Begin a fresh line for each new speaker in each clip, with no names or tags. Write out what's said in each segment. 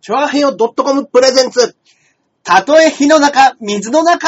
チョアヘヨ .com プレゼンツ。たとえ火の中、水の中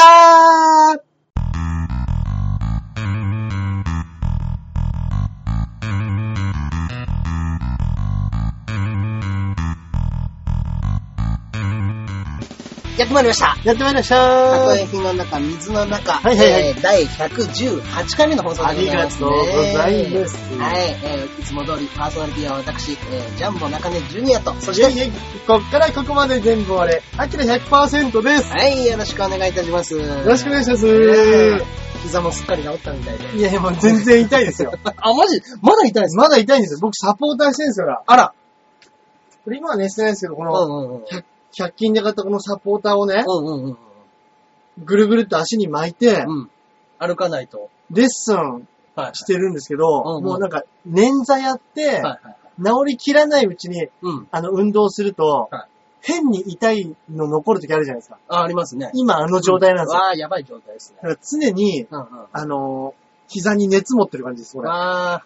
やってまいりました。
やってまいりました
たとえ
ー。
火の中、水の中、
はいはいはい
えー第118回目の放送でございます、ね。
ありがとうございます
はい、えーいつも通りパーソナリティは私、えージャンボ中根ジュニアと、そ
そ
して、
して、こっからここまで全部俺、アキラ100%です。
はい、よろしくお願いいたします。よ
よろしくお願いします。
膝もすっかり治ったみたいで。
いやいや、もう全然痛いですよ。
あ、マジまだ痛いんで す
まだ痛いんですよ。僕サポーターしてるんですから。
あら。
これ今はね、してないですけど、こ
うん
の、
うんうん。
100, 100均で買ったこのサポーターをね、
うんうんうん
ぐるぐるっと足に巻いて、
うん。歩かないと。
レッスン
はい
してるんですけど、
うんうん
もうなんか、捻挫やって、
はいはい。
治りきらないうちに、
うん。
あの、運動すると、
はい
変に痛いの残る時あるじゃないですか。
あ、ありますね。
今あの状態なんですよ。
わあ、やばい状態ですね。
だから常に、
うんうん。
あのー膝に熱持ってる感じです、これ。だ
あ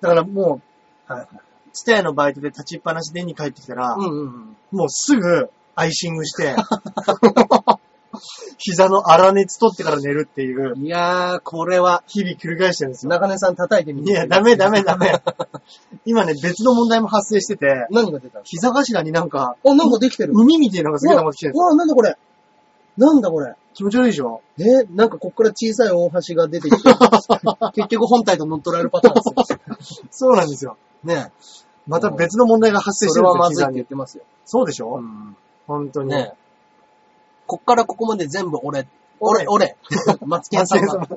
からも
あ。はい。
う、ツタヤのバイトで立ちっぱなしで家に帰ってきたら、
うんうんうん。
もうすぐアイシング して、膝の粗熱取ってから寝るっていう、
いやー、これは、
日々繰り返してるんですよ。
中根さん叩いてみ
い
て。
や、ダメダメダメ。今ね、別の問題も発生してて、
何が出たの
膝頭になんか、
あ、なんかできてる。
海みたいなのがすげえ溜まってきてるんですよ
わあ、なんだこれ。なんだこれ。
気持ち悪いでしょ
え、なんかこっから小さい大橋が出 てきて、結局本体と乗っ取られるパターンですよ。
そうなんですよ。
ねえ。
また別の問題が発生し
そ
て
れ
る
は
ん
ま
です
ずい
よ、膝
って言っ
に。
てますよ。
そうでし
う
ょ
ん。
本当に。
ねえ。こっからここまで全部俺、俺、俺、 マツケン
松
さん
井さん
が。
も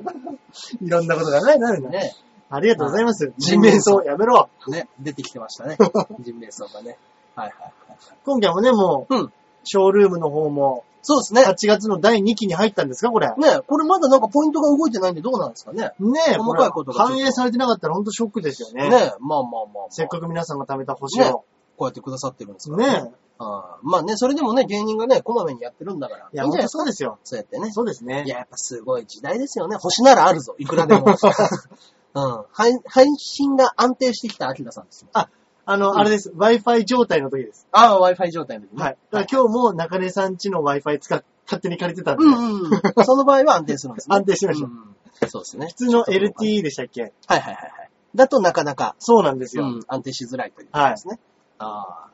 いろんなことがね、なるんだね。
ね
ありがとうございます。人
人
面
面
相
相
やめろ。
ね、出てきてました ね。人名相がね。はいはいはい。
今回もね、もう、
うん
ショールームの方も、
そうですね。
8月の第2期に入ったんですか、これ。ね
ね、これまだなんかポイントが動いてないんでどうなんですかね。
え、
細かいことがちょっと
反映されてなかったら本当ショックですよね。
ね、まあまあまあまあ。
せっかく皆さんが貯めた星を。
ねこうやってくださってるんですか
ね
らね。ああまあね、それでもね、芸人がね、こまめにやってるんだから。
いや、
いいんじ
本
ゃな
当
いですか。
そうですよ。
そうやってね。
そうですね
い。や、やっぱすごい時代ですよね。星ならあるぞ。いくらでも。 うん。配配信が安定してきたアキラさんですよ。
あの、
うん
あれです。Wi-Fi 状態の時です。
ああ、Wi-Fi 状態の時ね。
はい。だから今日も中根さん家の Wi-Fi 使っ、勝手に借りてたんで、
うんうんうん。 その場合は安定するんですね。
安定してました
うんうんそうですね。普
普通の。LTE でしたっけ
はいはいはいはい。だとなかなか、
そうなんです
う
よ。
ん、安定しづらいということですね。ああ。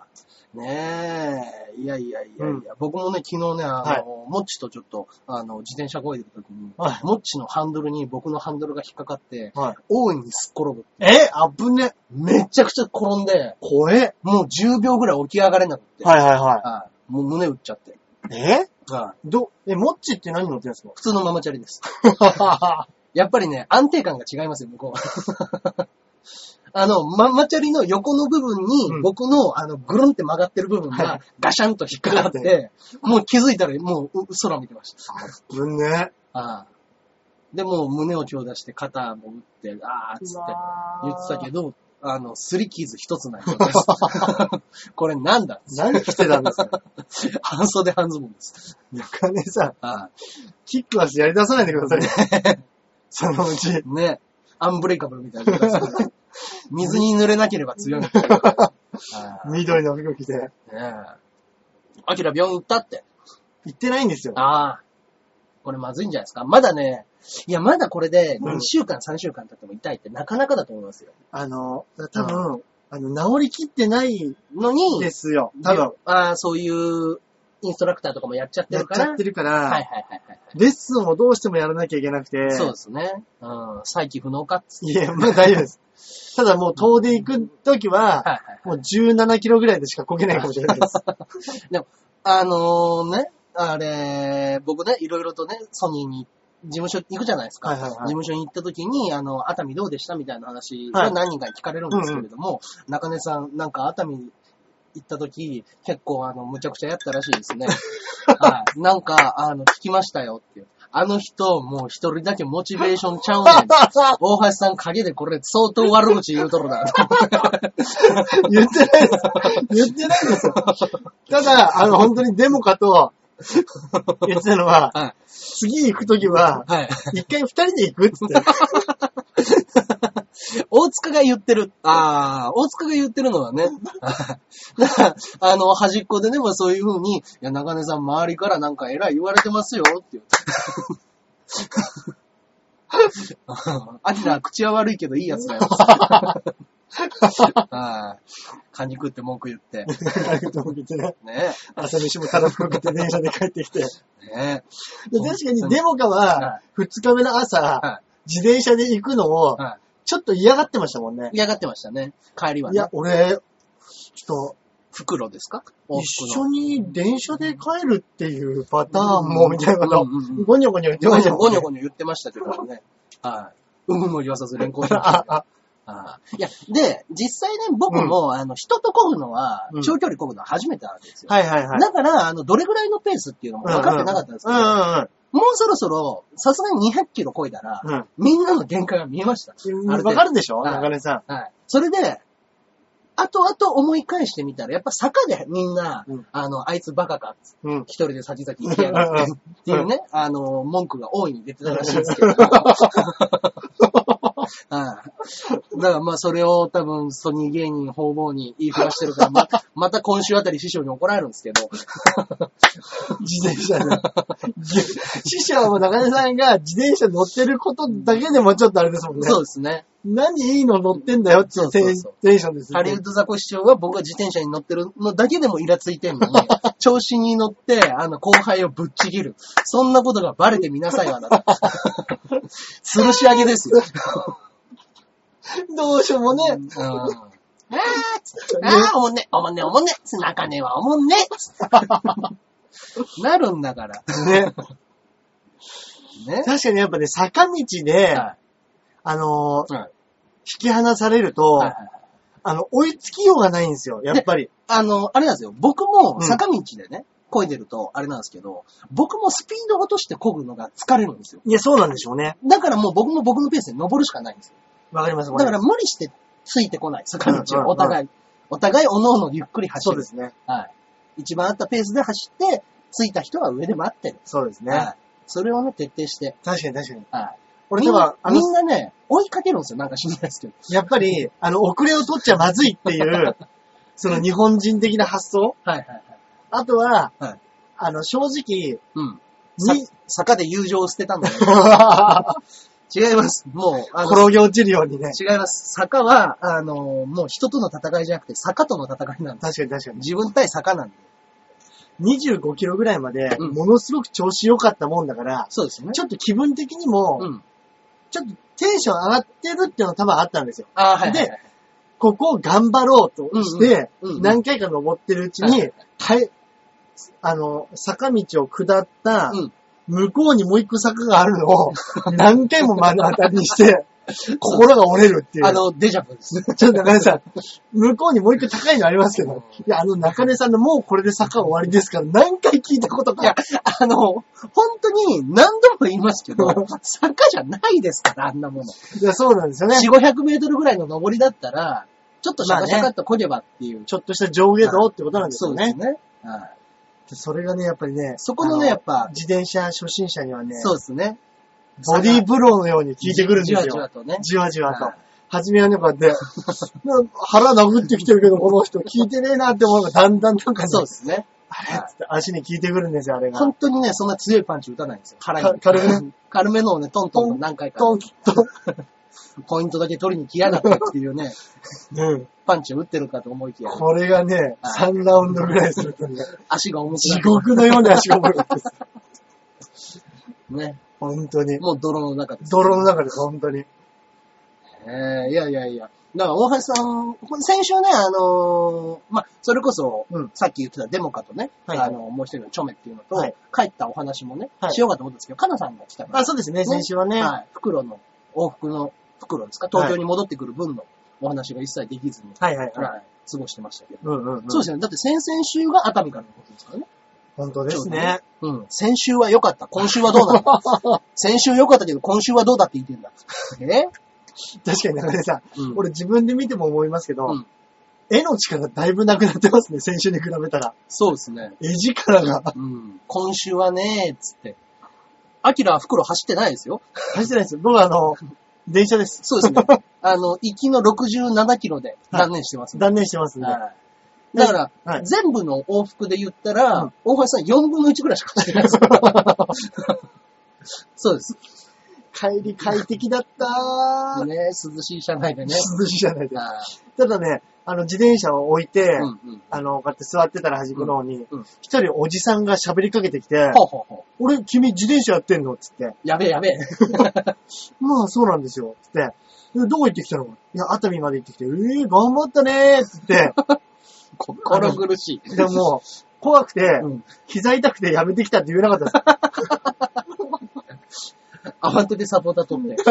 ねえ、いやいやいやいや、
うん
僕もね、昨日ね、あの、
はい
モッチとちょっと、あの、自転車こいでる時に、
はい
モッチのハンドルに僕のハンドルが引っかかって、
はい。
大いにすっ転ぶ。
え、あぶね。
めちゃくちゃ転んで、
怖え。
もう10秒ぐらい起き上がれなくて、
はいはいは
はいもう胸打っちゃって、
い。え
はい
ど、え、モッチって何乗ってるんですか
普通のママチャリです。
は
やっぱりね、安定感が違いますよ、向こうは。 あの、ママチャリの横の部分に、
うん
僕の、あの、ぐるんって曲がってる部分
は
が、ガシャンと引っかかって、もう気づいたら、もう、う空見てました。
ぶね。
ああで、もう胸を強打して、肩も打って、ああ、つって、言ってたけど、あの、すり傷一つない状態です。 これなんだ
何着てたんですか
半袖半ズボンです。
中根さん、
ああ
キックはやり出さないでくださいね。 そのうち。
ね。アンブレイカブルみたいな状態ですね。 水に濡れなければ強いみたいな。ああ
緑の服着て。
ねえ。アキラ病院行ったって。
行ってないんですよ。
ああ。これまずいんじゃないですか。まだね、いや、まだこれで
うん
2週間、3週間経っても痛いってなかなかだと思いますよ。
あの、多分、あの、治りきってない
のに、
ですよ。多分、
ああ、そういうインストラクターとかもやっちゃって
やっ
るか
ち
ら。
ゃってるか
はいはい
ら、
はいはい。
レッスンをどうしてもやらなきゃいけなくて。
そうですね。うん。再起不能かっつ って。
いや、まあ大丈夫 です。ただもう遠出行くときは、
はいはい。
もう17キロぐらいでしかこけないかもしれない です。
あのね、あれ、僕ね、いろいろとね、ソニーに事務所行くじゃないですか。
はいはいはい
事務所に行った時に、あの、熱海どうでしたみたいな話が何人かに聞かれるんですけれども、中根さん、なんか熱海行った時、結構あの、むちゃくちゃやったらしいです ね。はい。なんか、あの、聞きましたよっていう。あの人、もう一人だけモチベーションちゃうね ん。大橋さん陰でこれ相当悪口言うとるな。
言ってないです。言ってないですよ。ただ、あの、本当にデモカと、言ってたのは、
はい。
次行くときは、
はい。
一回二人で行くっつって。
大塚が言ってる。ああ、大塚が言ってるのはね。 だから、あの、端っこでね、まあそういう風に、いや、中根さん周りからなんか偉い言われてますよ、っていう。 アキラ、口は悪いけどいいやつ だよ。はい。カニ食って文句言って。
あれと思ってね
ね
朝飯もただ食って電車で帰ってきて。で
え。ね
確かにデモカは
は、
二日目の朝
は、
自転車で行くのを
は、
ちょっと嫌がってましたもんね
え。。嫌がってましたね。帰りはいね
や。、俺、ちょっ
袋ですか
と、一緒に電車で帰るっていうパターン
う
も、
ん
みたいなこと
うんうんうん、
ゴニョゴニョ言って
ゴ
ま
ニ
した
ョゴ
もん
ニ
ね
ョ。ゴニョ言ってましたけどね。はい。うむも言わさず連行
ああ
ああいや、で、実際ね、僕も、あの、人と漕ぐのは
うん、
長距離漕ぐのは初めてなんですよ。
はいはいはい。
だから、あの、どれぐらいのペースっていうのも分かってなかったんですけ
う
ど、
んうん
もうそろそろ、さすがに200キロ漕いだら、
うん。
みんなの限界が見えました。あ
うん
る程度
わかるでしょ
はい
中根さ
はい。それで、後々思い返してみたら、やっぱ坂でみんな、
うん
あの、あいつバカか、
ん。うん。
一人で先々行きやがっ
うん
て、っていうね、あの、文句が大いに出てたらしいん ですけど。はい。だからまあ、それを多分、ソニー芸人方々に言いふらしてるから、ままた今週あたり師匠に怒られるんですけど、
自転車で。師匠も中根さんが自転車乗ってることだけでもちょっとあれですもんね。
そうですね。
何いいの乗ってんだよっていうテン
そうそう
テンションです
ハ
よ
リウッ
ね。
ドザコシショウは僕が自転車に乗ってるのだけでもイラついて んのに、調子に乗って、あの、後輩をぶっちぎる。そんなことがバレてみなさいわな。 吊るし上げですよ。
どうしようもね。
あーあー、おもんね、おもんね、おもんね、つなかねはおもんね、 なるんだから。
ね。
ね。
確かにやっぱね、坂道で、
は
あのー
はい
引き離されると、
いはいはい
あの、追いつきようがないんですよ、やっぱり。
あの、あれなんですよ。僕
う
も
ん
坂道でね、漕いでると、あれなんですけど、僕もスピード落として漕ぐのが疲れるんですよ。
いや、そうなんでしょうね。
だからもう僕も僕のペースで登るしかないんですよ。
わかります、わ
だ
か
か
りま
ら無理してついてこない、坂
う
道
んうんうん
を、お互い。お互い、おのおのゆっくり
す。
走
そう
る。
ですね。
はい。一番あったペースで走って、着いた人は上で待ってる。
そうですね。
はい。それをね、徹底して。
確かに確かに。
はい。
俺、
み
で
んな
は、あの
み、んなね、追いかけるんですよ。なんか知らないですけど。
やっぱり、あの、遅れを取っちゃまずいって いう、その日本人的な発想
はいはいはい。
あとは、
はい
あの、正 直、
うん。さ
に、
坂で友情を捨てたん だよ。違います。もう、あの、
転げ落ちるようにね。
違います。坂は、あの、もう人との戦いじゃなくて、坂との戦いなんです。
確かに確かに。
自分対坂なんで。
25キロぐらいまで、
うん
ものすごく調子良かったもんだから、
そうですよね
ち。ょっと気分的にも、
うん。
ちょっとテンション上がってるっていうのは多分あったんですよ。
あーはいはいはい。
ここを頑張ろうとして、
うんうんうんうん
何回か登ってるうち
はい
に、はい、あの、坂道を下った、
うん
向こうにもう一個坂があるのを、何回も目の当たりにして、心が折れるっていう。
あの、デジャブです。
ちょっと中根さん、向こうにもう一個高いのありますけど、いや、あの中根さんのもうこれで坂終わりですから、何回聞いたこと
いや
か。、
あの、本当に何度も言いますけど、坂じゃないですから、あんなもの。
いや、そうなんですよね。
4、500メートルぐらいの上りだったら、ちょっとシャカシャカっと漕げばっていう。
ちょっとした上下動ってことなんですよね。
ね。はい
それがね、やっぱりね、
そこの
あ
ね、やっぱ、
自転車初心者にはね、
そうですね。
ボディーブローのように効いてくるんですよ。
じわじわとね。
じわじわと
はい。
初めはね、こうやって、な腹殴ってきてるけど、この人効いてねえなって思うのが、だんだんなんかね、
そうですね。
あれっつって足に効いてくるんですよ、あれが。
本当にね、そんな強いパンチ打たないんですよ。腹
か
に。
軽め ね。
軽めのをね、トントンと何回か、
トントン。
ポイントだけ取りに来やがったっていうね、
うん。
パンチを打ってるかと思い きや、
これがね、
は
3ラウンドぐらいするとね、
足が重くな
地
る。
獄のように足が重かったです。
ね。
本当に。
もう泥の中です。
泥の中です、本当に。
えーいやいやいや。だから、大橋さん、先週ね、あのーまあ、それこそ、
うん
さっき言ってたデモカとね、
はいはい
あの、もう一人のチョメっていうのと、
はい
帰ったお話もね、
はい
しようかと思ったんですけど、カナさんが来たから、
あ、そうですね、
ね
先週はね。
はい、袋の、往復の袋ですか、東京に戻ってくる分のお話が一切できずに、
はいはい
はい
はい。
過ごしてましたけど。
うんうんうん。
そうですよね。だって先々週が熱海からのことですからね。
本当です
ちょ
ね。
うん。先週は良かった。今週はどうなんだ 先週良かったけど、今週はどうだって言ってんだ。え
確かに中根さん、
うん
俺自分で見ても思いますけど、
うん
絵の力だいぶなくなってますね、先週に比べたら。
そうですね。
絵力が。
うん。今週はね、つって。アキラは袋走ってないですよ。
走ってないです。僕はあの、電車です。
そう ですね。あの、行きの67キロで断念してますね。
断念してますね。
はいだから、
はい
全部の往復で言ったら、
うん
大橋さん4分の1ぐらいしか走ってないです。 そうです。
帰り快適だったー。
ね、涼しい車内でね。
涼しいじゃないですか。
あ
ただね、あの、自転車を置いて、
ーうんうん。
あの、こうやって座ってたら端っこの方に
うんうん、
一人おじさんが喋りかけてきて、
ほうほうほ
俺、君自転車やってんのつって。
う。やべえ やべえ。
まあ、そうなんですよ。つって。でどこ行ってきたのいや、熱海まで行ってきて、ええ頑張ったねーつって。
心苦し い。
でも、怖くて
うん、
膝痛くてやめてきたって言えなかったで
慌ててサポーター取って。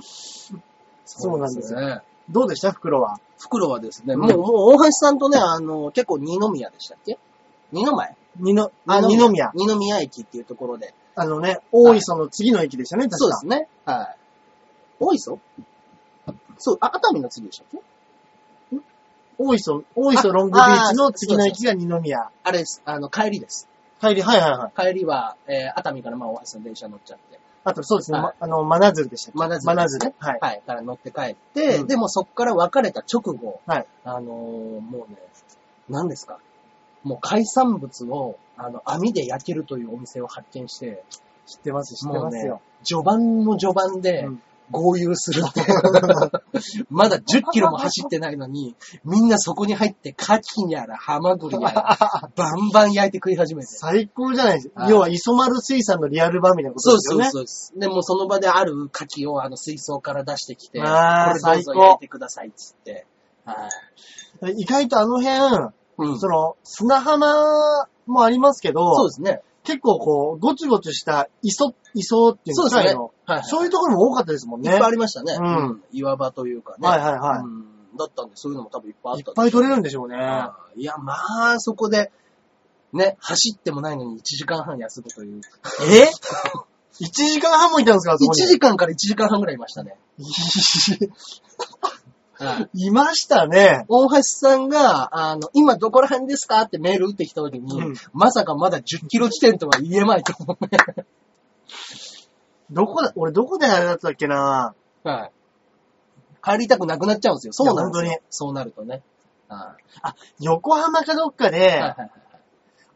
す。 そうなんですよ。
ね。
どうでした袋は。
袋はですね、
うん
もう、もう大橋さんとね、あの、結構二宮でしたっけ二の前
二の、あ、二宮。
二宮駅っていうところで。
あのね、大磯の次の駅でしたね、確か。
そうですね。はい。大磯そう、あ、熱海の次でしたっけ
大磯、大磯ロングビーチの次の駅が二宮。
あれです。あの、帰りです。
帰り、はいはいはい。
帰りは、えー熱海からまあ大橋さん電車乗っちゃって。
あとそうですね、
はい
まあの、真鶴でしたっけ
真鶴です
真
ね
鶴。はい。
はい。から乗って帰って、
うん
でもそっから別れた直後、
はい
あのーもうね、何ですかもう海産物を、あの、網で焼けるというお店を発見して、
知ってます、知ってますよ。
序盤の序盤で
うん
合流するっていう まだ10キロも走ってないのに、みんなそこに入って、カキやら、ハマグリやら、バンバン焼いて食い始めて。
最高じゃないですか。
はい
要は、磯丸水産のリアル版みたいなこと
そう
です
そ
よ
う
ね。
そうです。でもうその場である牡蠣をあの水槽から出してきて、これ
あー
どうぞ
最高
焼いてくださいっつって。はい。
意外とあの辺、
うん
その、砂浜もありますけど、
そうですね。
結構こう、ごつごつした磯、磯っていうん
そう
でか
ですすね。
の
はい。
そういうところも多かったですもん
い
ね。
っぱいありましたね。
うん
うん岩場というかね。
はいはいはい。
うんだったんで、そういうのも多分いっぱいあっ
いった
んで
ぱい取れるんでしょうね。
いや、まあ、そこで、ね、走ってもないのに1時間半休むという。
え ?1 時間半もいたんですかあそ
1
こに
時間から1時間半ぐらいいましたね。は い。
いましたね。
大橋さんが、あの、今どこら辺ですかってメール打ってきた時に、
うん
まさかまだ10キロ地点とは言えまいと思うね。
どこだ、俺どこであれだったっけな
はい。帰りたくなくなっちゃうんですよ。そうなんです
いや
よ
本。
そうなるとね。はい
横浜かどっかで、
はいはい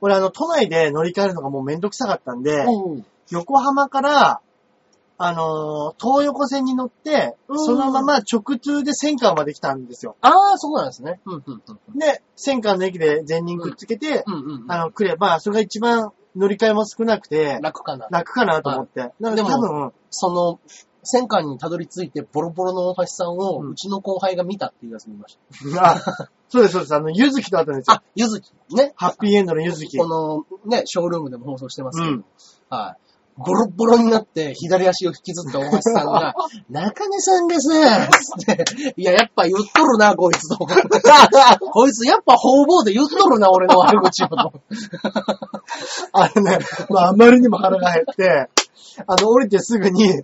俺あの、都内で乗り換えるのがもうめんどくさかったんで、
うん
横浜から、あのー東横線に乗って、
ん
そのまま直通で千川まで来たんですよ。
ああ、そうなんですね。うんうんうん
で、千川の駅で全人くっつけて、
うんうんうん。
あの、来れば、それが一番乗り換えも少なくて、
楽かな。
楽かなと思って。なの
で
で
も
多分、
その、戦艦にたどり着いてボロボロの大橋さんを、
う
うんちの後輩が見たっていうやつ見まし
あ そうです、そうです。あの、ゆずきと会ったんです
た。
よ。
あ、ゆずき。ね。
ハッピーエンドのゆずき。
この、ね、ショールームでも放送してますけど、
うん
はい。ボロボロになって、左足を引きずった大橋さん が、中根さんですつって、いや、やっぱ言っとるな、こいつと。 こいつ、やっぱ方々で言っとるな、俺の悪口をと。
あれね、まあ、あまりにも腹が減って、あの、降りてすぐに、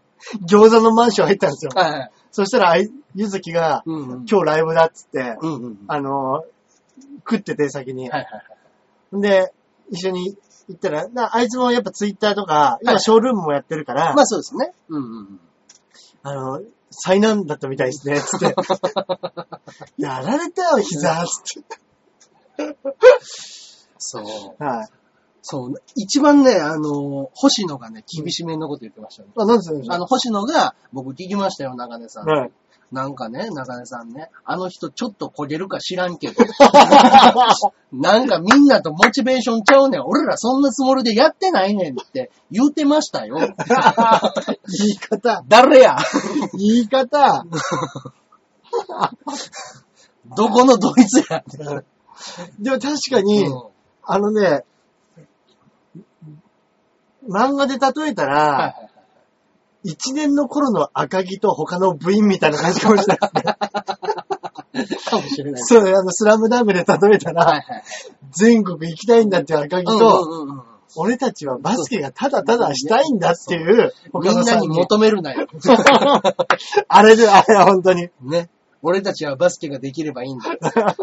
餃子のマンション入ったんですよ。
はい。
そしたら、あいゆずきが、
うんうん。
今日ライブだっつって、
うんうん。は
あの、食ってて先に
い。はいはい。
で、一緒に行ったら、なあいつもやっぱツイッターとか、今ショールームもやってるから、
まあそうですね。うんうんうん。
あの、災難だったみたいですね、 つって。やられたよ、膝、つって。
そう。
はい。
そう、一番ね、あの、星野がね、厳しめのこと言ってましたね。
あ、なんですよね。
あの、星野が、僕聞きましたよ、中根さん。
はい。
なんかね、中根さんね、あの人ちょっと焦げるか知らん けど、なんかみんなとモチベーションちゃうねん。俺らそんなつもりでやってないねんって言うてましたよ。
言い方、
誰や
言い方。
どこのドイツやって。
でも確かに、
うん
あのね、漫画で例えた
はい
ら、
はい
一年の頃の赤木と他の部員みたいな感じかも しれない。
かもしれない。
そう、あの、スラムダンクで例えたら、
はいはい。
全国行きたいんだっていう赤木と、
うんうんうんうん
俺たちはバスケがただただしたいんだっていう、
みんなに求めるなよ。
あれで、あれは本当に。
ね。俺たちはバスケができればいいんだ。
だか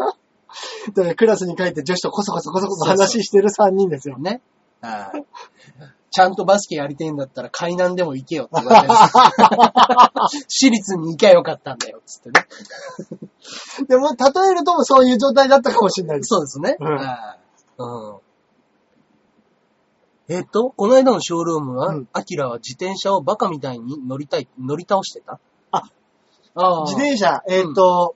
らクラスに帰って女子とコソコソコソコソ話してる3人ですよ。
ね。ああちゃんとバスケやりてえんだったら海南でも行けよって言 われてる私立に行きゃよかったんだよ、つってね。
でも、例えるとそういう状態だったかもしれないです。
そうですね。
うん
ああうんえっと、この間のショールームは、
うん
アキラは自転車をバカみたいに乗りたい、乗り倒してた
あ、
ああ。
自転車、えーっと、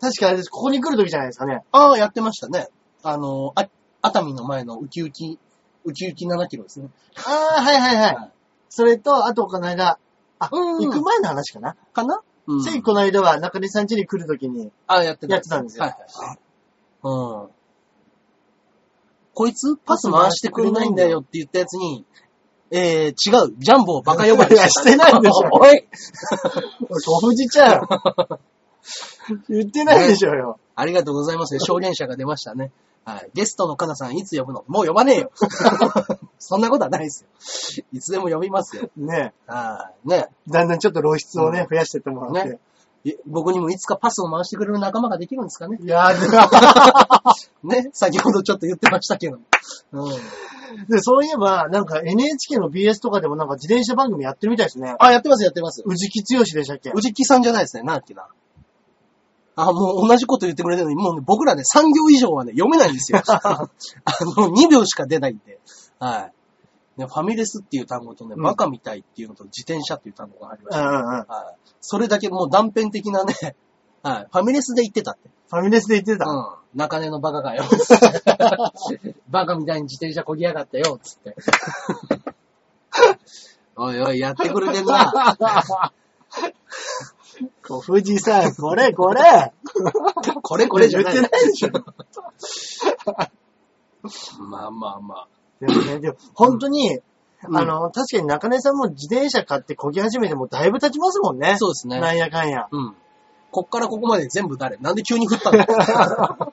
確かあれです。ここに来る時じゃないですかね。
ああ、やってましたね。あの、あ熱海の前のウキウキ、ウキウキ7キロですね。
ああ、はいはいはい。
はい
それと、あとこの間、あ、
うん
行く前の話かな。
かなう
ついこの間は中根さん家に来る時に、
ああ、やってた。
やってたんですよ
はいはい。うん。こいつ、パス回してくれないんだよって言ったやつに、えー、違う、ジャンボをバカ呼ば れ
いやしてないでし ょ
おい
おい、ご婦人ち ゃん。言ってないでしょうよ。
ありがとうございますね。証言者が出ましたね。はい。ゲストのカナさん、いつ呼ぶのもう呼ばね えよ。そんなことはないですよ。いつでも呼びますよ。
ね
はい。ね。
だんだんちょっと露出をね、増やしてってもらって。
ねい僕にもいつかパスを回してくれる仲間ができるんですかね。
いやー
ね。先ほどちょっと言ってましたけど。うん。
で、そういえば、なんか NHK の BS とかでもなんか自転車番組やってるみたいですね。
あ、やってます、やってます。
宇治木剛でしたっけ
宇治木さんじゃないですね、なんだっけな。あ、もう同じこと言ってくれてるのに、もうね、僕らね、3行以上はね、読めないんで すよ。あの、2秒しか出ないんで。はい。ね、ファミレスっていう単語とね、
うん
バカみたいっていうのと自転車っていう単語がありまし
う
た。
んうんうん。フ
はい。それだけもう断片的なね、はい。ファミレスで言ってたって。
ァミレスで言ってた。
うん。中根のバ カがよ。バカみたいに自転車こぎやがったよ、つって。おいおい、やってくれて んな。
ご婦人さん、 これこれ。
これこれじゃない。
言ってないでしょ。
まあまあまあ。
でもね、でも本当に、
うん
あの、確かに中根さんも自転車買って漕ぎ始めてもうだいぶ経ちますもんね。
そうですね。
なんやかんや。
うん。こっからここまで全部誰なんで急に振ったの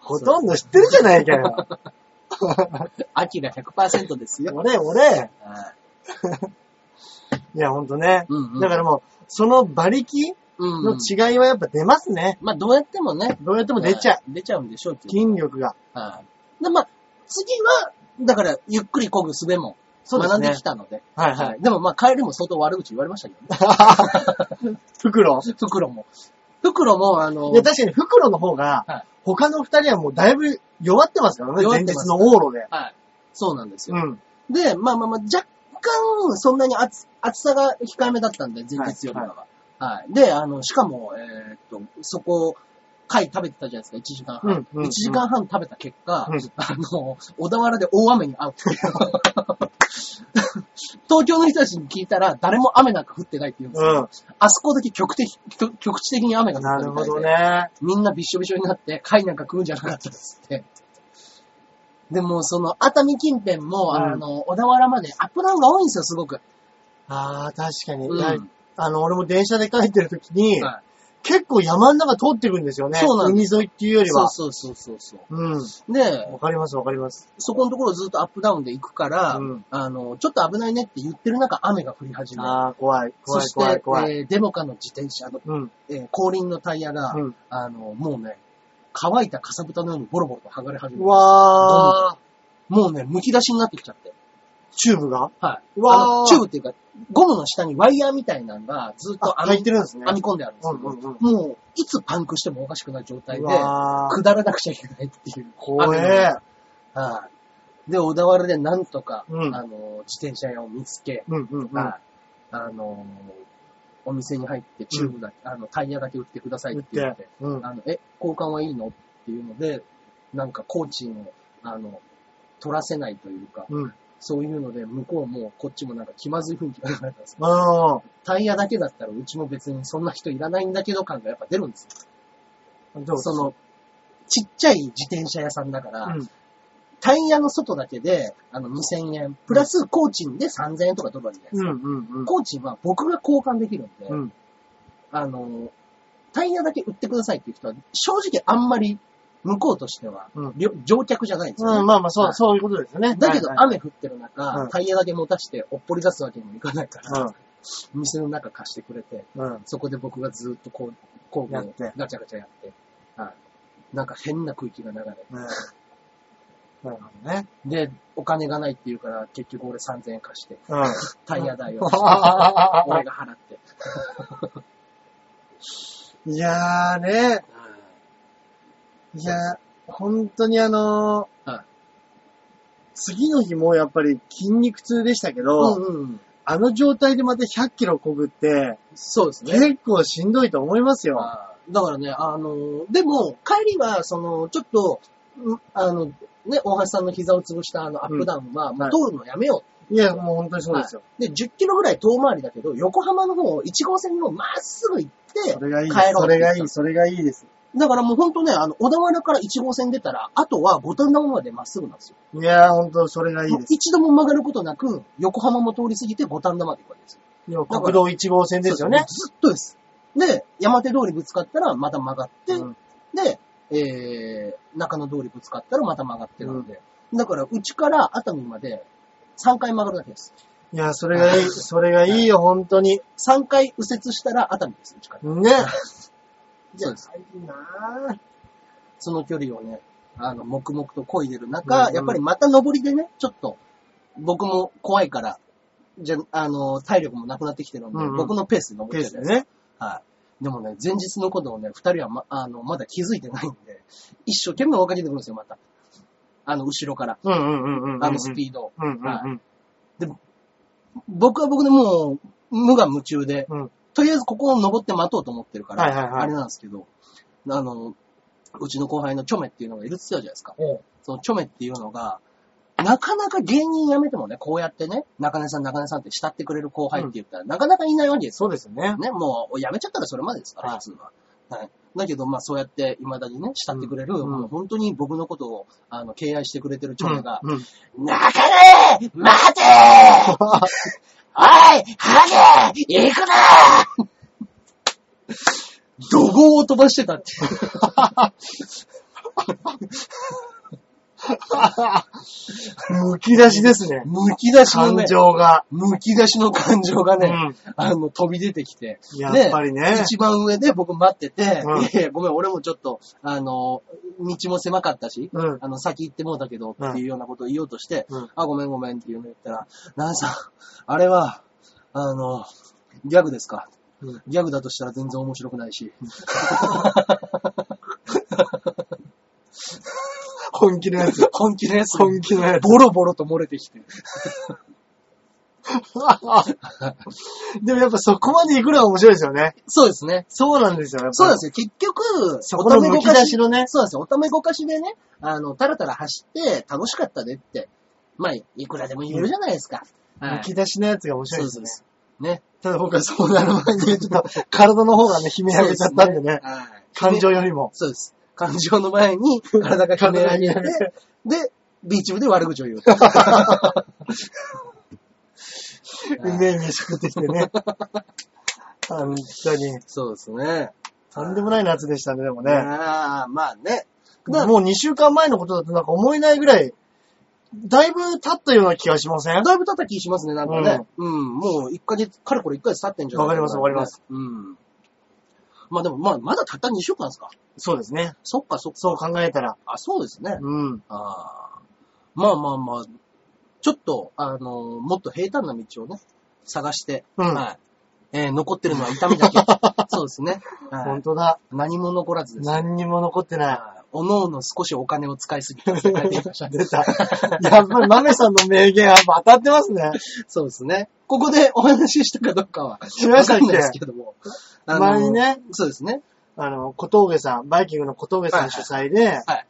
ほとんど知ってるじゃないか よ。
アキラ100%ですよ。
俺、俺。
はい
いや、ほんとね。
うんうん
だからもう、その馬力
うんう
の
ん。
違いはやっぱ出ますね。
まあどうやってもね。
どうやっても出ちゃう。
う。出ちゃうんでしょうけど。
筋力が。
はい。で、まあ、次は、だから、ゆっくり漕ぐ術も
そうで
学
す
ん
ね
できたので。
はいは。
はいい。でもまあ、帰りも相当悪口言われましたけど ね。
袋。
袋も。袋も、あの
いや、、確かに袋の方が、
はい
他の二人はもうだいぶ弱ってますからね。
弱
前
ってま
日
す
の往路で。
はい。そうなんですよ。
うん。
で、まあまあまあ、若干、そんなに厚厚さが控えめだったんで、前日よりかは。はい。で、あの、しかも、えーっと、そこ、貝食べてたじゃないですか、1時間
う
半。
ん。うん。
1時間半食べた結果、
うん
あの、小田原で大雨に遭うっていう。 東京の人たちに聞いたら、誰も雨なんか降ってないって言うんですけど、
うん
あそこだけ局的局局地的に雨が降
な
った
る
みた
ほ
い
ど
で、
ね。
みんなびっしょびしょになって、貝なんか食うんじゃなかったですって。でも、その、熱海近辺も、
うん
あの、小田原までアップダウンが多いんですよ、すごく。
ああ、確かに。
うん
いやあの、俺も電車で帰ってる時に、
は
結構山の中通ってくんですよね。
そうなん
海沿いっていうよりは。
そうそうそうそうう。で
ん。、わかりますわかります。
そこのところずっとアップダウンで行くから、
うん
あの、ちょっと危ないねって言ってる中、雨が降り始める。
ああ、怖い。
そ
怖い
して、
怖い怖い。
えーデモカの自転車の、
うん。
えー後輪のタイヤが、
うん
あの、もうね、乾いたかさぶたのようにボロボロと剥がれ始め
う
る。
わー。
もうね、剥き出しになってきちゃって。
チューブが
はい。
うわー
あのチューブっていうか、ゴムの下にワイヤーみたいなのがずっと
あ、入
編
ってるんですね
み。編み込んであるんですけど、
うんうんうん
もう、いつパンクしてもおかしくない状態
う
で、
わー。
下らなくちゃいけないっていう。
怖
雨の
え。
中はい。で、小田原でなんとか、
うん
あの、自転車屋を見つけ、
うんうんうん。
はいあの、お店に入ってチューブだけ、あの、タイヤだけ売ってくださいって言って、
うん。
あの、え、交換はいいのっていうので、なんかコーチの、あの、取らせないというか、
うん。
そういうので、向こうもこっちもなんか気まずい雰囲気が流れたんですよ
あ
タイヤだけだったらうちも別にそんな人いらないんだけど感がやっぱ出るんです
ー。ど
よ。
う
その、ちっちゃい自転車屋さんだから、
うん。
タイヤの外だけで、あの、2000円、プラス工賃で3000円とか取るわけじゃない
う
です
ん
か。
うんうん。
工賃は僕が交換できるんで、
うん。
あの、タイヤだけ売ってくださいっていう人は、正直あんまり向こうとしては、
うん
りょ乗客じゃないんですよね、
うん、まあまあ、そう、
はい
そういうことですよね。
だけど
はいはい
雨降ってる中、
うん
タイヤだけ持たしておっぽり出すわけにもいかないから、
うん
店の中貸してくれて、
うん。
そこで僕がずっとこう、工具
や
を
って
ガチャガチャやって、はい。なんか変な空気が流れ。
うん。なるほどね。
で、お金がないって言うから、結局俺3000円貸して、
うん。
タイヤ代 を俺が払って。
いやーね、いやー、本当にあのー
はい
次の日もやっぱり筋肉痛でしたけど、
うんうん。
あの状態でまた100キロこぐって、
そうですね。
結構しんどいと思いますよ。
あーだからね、あのー、でも、帰りは、その、ちょっと、んあの、ね、大橋さんの膝を潰したあのアップダウンは、もう
はい
通るのやめよ
いや、もう本当にそうですよ。
う。で、10キロぐらい遠回りだけど、横浜の方、1号線の方まっすぐ行って
そ、れがいいで
帰
す。
ろう
それがいい、それがいいです。
だからもうほんとね、あの、小田原から1号線出たら、あとは五反田までまっすぐなんですよ。
いやー、本当それがいい
もう
です。
一度も曲がることなく、横浜も通り過ぎて五反田まで行くわけですよ。
要は国道1号線ですよね。
ずっとです。で、山手通りぶつかったらまた曲がって、
うん
で、えー、中野通りぶつかったらまた曲がってるんで、だから、うちから熱海まで3回曲がるだけです。
いや、それがいい、それがいいよ、本当に。
3回右折したら熱海です、うちから。
ね。
そうです。
いいな
その距離をね、あの、黙々と漕いでる中、
うん
やっぱりまた上りでね、ちょっと、僕も怖いから、じゃ、あの、体力もなくなってきてるんで、
うんうん
僕のペースで登
ー。で
っ
す
てるん
ね。
はい。でもね、前日のことをね、二人はま、あの、まだ気づいてないんで、一生懸命追いかけてくるんですよ、また。あの、後ろから。
うんうんうんうんうん。
あの、スピードを。
うんうん
僕は僕でもう、無我夢中で、
うん。うん。
とりあえずここを登って待とうと思ってるから、
はいはいはい
あれなんですけど、あの、うちの後輩のチョメっていうのがいるって言ってたじゃないですか。
おう
そのチョメっていうのが、なかなか芸人辞めてもね、こうやってね、中根さん中根さんって慕ってくれる後輩って言ったら、なかなかいないわけです
そ
よ
うですよね。
ね、もう辞めちゃったらそれまでですから、
はい
普通は。はい。だけど、まあそうやって未だにね、慕ってくれる、
うん
もう本当に僕のことを、あの、敬愛してくれてるチョメが、
うんうん
中根待てーおいハゲ行くなー怒号を飛ばしてたっていう。
むき出しです ね。
むき出しのね
感、情が。
むき出しの感情がね、
うん
あの、飛び出てきて。
やっぱりね。
一番上で僕待ってて、
うん
いやいやごめん、俺もちょっと、あの、道も狭かったし、
うん
あの、先行ってもうだけど、っていうようなことを言おうとして、
うん
あ、ごめんごめんっていうの言ったら、ナンさん、あれは、あの、ギャグですか、
うん
ギャグだとしたら全然面白くないし。
本気のやつ。
本気のやつ
本気のやつ。
ボロボロと漏れてきて。
でもやっぱそこまで行くのは面白いですよね。
そうですね。
そうなんですよ。やっぱ
そうなんですよ。結局、
そこのむき出しのね
そうなんですよ。おためごかしでね、あの、たらたら走って楽しかったねって、まあ、いくらでも言えるじゃないですか。は
む
い
き出しのやつが面
そ
白
う
い
で
ですす
そう
ね
で。す。ね。
ただ僕はそうなる前に、ちょっと体の方がね、悲鳴上げちゃったんでね。
はい。
感情よりも。
そうです。感情の前に体が悲鳴上げて
悲鳴上、
で、ビーチ部で悪口を言う。
うめえ飯食ってきてね。本当に。
そうですね。
とんでもない夏でしたね、でもね。
ああ、まあね。だ
もう2週間前のことだとなんか思えないぐらい、だいぶ経ったような気がしません
だいぶ叩きしますね、なんかね。うん、もう1ヶ月、かれこれ1ヶ月経ってんじゃない
わかりますわかります。
うん。まあでも、まあ、まだたった2週間ですか。
そうですね。
そっかそっか。
そう考えたら。
あ、そうですね。
うん。
ああ。まあまあまあ、ちょっと、あのーもっと平坦な道をね、探して、
うん
はい。えー残ってるのは痛みだ け。そうですね。は
本
い、
当だ。
何も残らずですね。
何にも残ってない。
はいおのおの少しお金を使い すぎた世界でいました
出 た。やっぱり、マメさんの名言、やっぱ当たってますね。
そうですね。ここでお話ししたかどうかは、
しましたっ
わ
け
かんないですけども。あのー
前にね、
そうですね。
あの、小峠さん、バイキングの小峠さん主催で、
はい。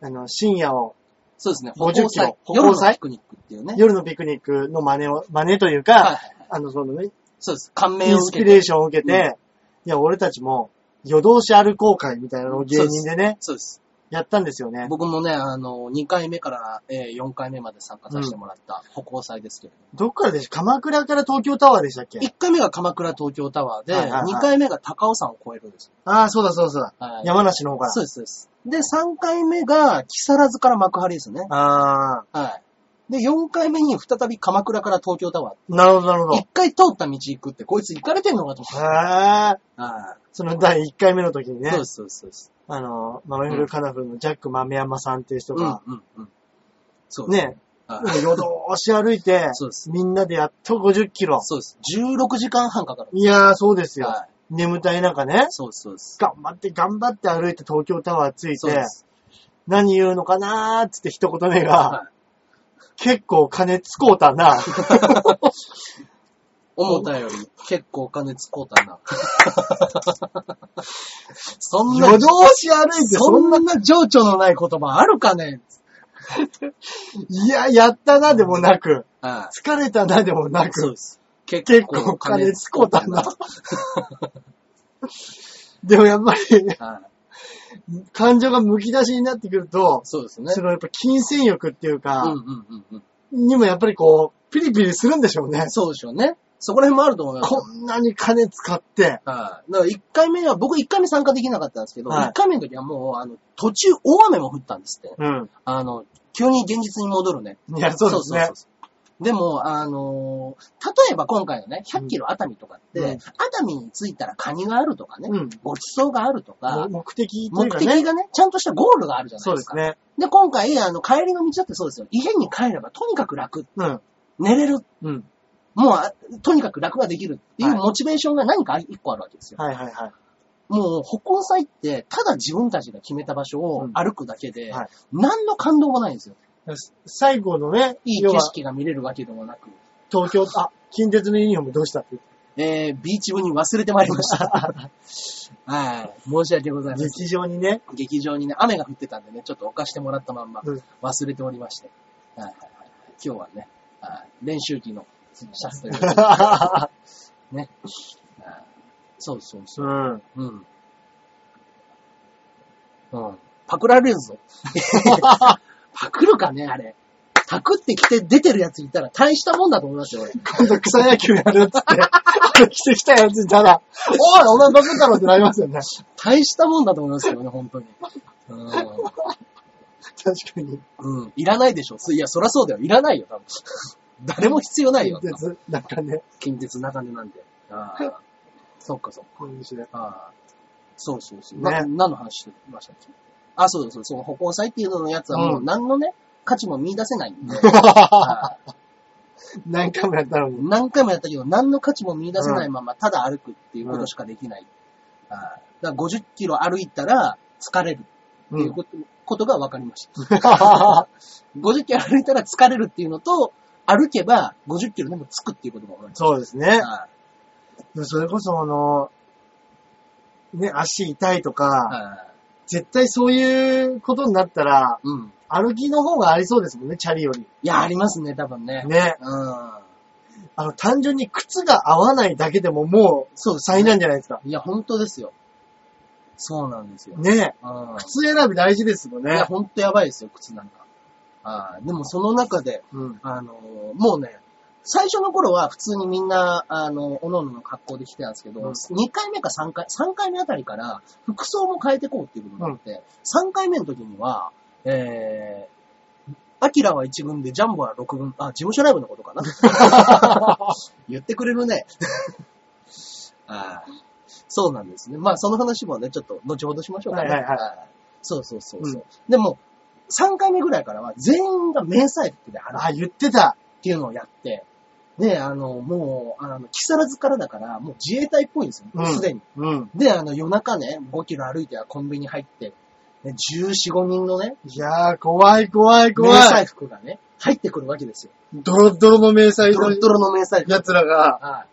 あの、深夜を、
そうですね。
50
歩行祭
キロ歩
夜
行
の
祭
ピクニックっていうね。
夜のピクニックの真似を、真似という
はいはい
か、
はい。
あの、そのね、
そうです。感
イ
銘を
ン
受
ス
け
ピレー
て。
ションを受け
うん
て、いや、俺たちも、夜通し歩こう会みたいなのを芸人でね、
そうです。
やったんですよね。
僕もね、あの、2回目から、えー4回目まで参加させてもらった歩行祭ですけれども、
どっからでしょ鎌倉から東京タワーでしたっけ
1回目が鎌倉東京タワーで、
はいはいはい
2回目が高尾山を越えるんですよ。
ああ、そうだそうだそうだ。
はい
山梨の方から。
そうです、そうです。で、3回目が木更津から幕張ですね。
ああ、
はい。で、4回目に再び鎌倉から東京タワー。
なるほど、なるほど
一。回通った道行くって、こいつ行かれてんのかと思って。
へー。
あ
その第1回目の時にね
あ、そう、です、そうです、そうです。
あの、マメフルカナフルのジャック豆山さんっていう人が、
うん、うん、うん。そうです。
ね、
ああ
夜通し歩いて
そうです、
みんなでやっと50キロ。
そうです。16時間半かかる。
いやー、そうですよ。
はい。
眠たい中ね、
そうです、そうです。
頑張って頑張って歩いて東京タワー着い
そうで
て、
す。
何言うのかなーっつって一言目が、
はい
結構金つこうた な。
思ったより結構お金使う たな。そんな
夜通し歩いて、
そ
そん
ん
な、
な情緒のない言葉あるかね
いや、やったなでもなく、
ああ
疲れたなでもな
そう
く、
です。結
結構金つこうたな。でもやっぱり、
ああ
感情が剥き出しになってくると、
そうですね
そ。のやっぱ金銭欲っていう
うん
か、
うんうんうん。
にもやっぱりこう、ピリピリするんでしょうね。
そうでしょうね。そこら辺もあると思いますよ。
こんなに金使って、
はい。だから1回目は、僕1回目参加できなかったんですけど、
はい
1回目の時はもう、あの、途中大雨も降ったんですって。
うん。
あの、急に現実に戻るね。
いや、そうですね
そう。そうでも、あのー例えば今回のね、100キロ熱海とかって、
うん
熱海に着いたらカニがあるとかね、
うん
ごちそうがあるとか、
目的とい
目
うか
的
ね。
がね、ちゃんとしたゴールがあるじゃな
そ
いうで
ですす
か。で
ね。
今回、あの、帰りの道だってそうですよ。家に帰ればとにかく楽。
うん。
寝れる。
うん。
もうあ、とにかく楽ができるっていう
はい
モチベーションが何か一個あるわけですよ。
はいはいはい。
もう、歩行祭って、ただ自分たちが決めた場所を歩くだけで、
うんはい
何の感動もないんですよ。
最後のね、
いい
要
景
は
色が見れるわけでもなく。
東京、あ、近鉄のユニフォームどうしたって
えー、ビーチ部に忘れてまいりま した。はい。申し訳ございません。
劇場に ね、
劇場にね、雨が降ってたんでね、ちょっとお貸してもらったまんま
うん
忘れておりまして。はいはいはい今日はね、はい練習着のシャツということで
う
ね。あそうそうそ
ん。
う。うん。うん。パクられる ぞ。パクるかね、あれ。パクってきて出てるやついたら大したもんだと思いますよ、 俺。
今度草野球やるっつって、 着てきたやついたら、おい、お前バカだろってなりますよね。
大したもんだと思いますよね、本当に。
確かに。
うん。うん。いらないでしょ。いや、そらそうだよ。いらないよ、多分。 誰も必要ないよ
近。鉄、なんか ね、
近鉄中根なんで。あ あ。そっかそっか。
こういうね。
ああ。そうそうそう。
ね
な何の話してましたっけあ、そうそう、その歩行祭っていうののやつはもう
うん
何のね、価値も見出せな いんで、ああ
何回もやったのに。
何回もやったけど、何の価値も見出せないまま、ただ歩くっていうことしかできない。ああだから50キロ歩いたら疲れるっていうこと,、ことが分かりました。50キロ 歩いたら疲れるっていうのと、歩けば50キロでも着くっていうことが分かりまし
そうですね
た。。あ
それこそ、あの、ね、足痛いと
あ
か、
ああ
絶対そういうことになったら、
うん。
歩きの方がありそうですもんね、チャリより。
いや、ありますね、多分ね。
ね。
うん。
あの、単純に靴が合わないだけでももう、
そう
災難じゃないですか。
いや、本当ですよ。そうなんですよ。
ね。
うん
靴選び大事ですもん
い
ね。
や、本当やばいですよ、靴なんか。あーでもその中で、
うん。
あのーもうね、最初の頃は普通にみんな、あの、おののの格好で来てたんですけど、
うん
2回目か3回、3回目あたりから服装も変えてこうっていうことになって、3回目の時には、えー、アキラは1軍でジャンボは6軍、あ、事務所ライブのことかな 言ってくれるね。 あーそうなんですね。まあ、その話もね、ちょっと後ほどしましょうかね。
はいはいはい
あーそうそうそうそう、でも、3回目ぐらいからは全員が迷彩服で払う
あ、言ってた。
っていうのをやって、で、あの、もう、あの、木更津からだから、もう自衛隊っぽいんですよ、
うん
すでに。
うん。
で、あの、夜中ね、5キロ歩いてコンビニ入って、ね14、5人のね、
いやー、怖い怖い
迷
怖い。
彩服がね、入ってくるわけですよ。
ドロドロの迷彩
ド
の
ロドロの迷彩服。
奴らが
はい。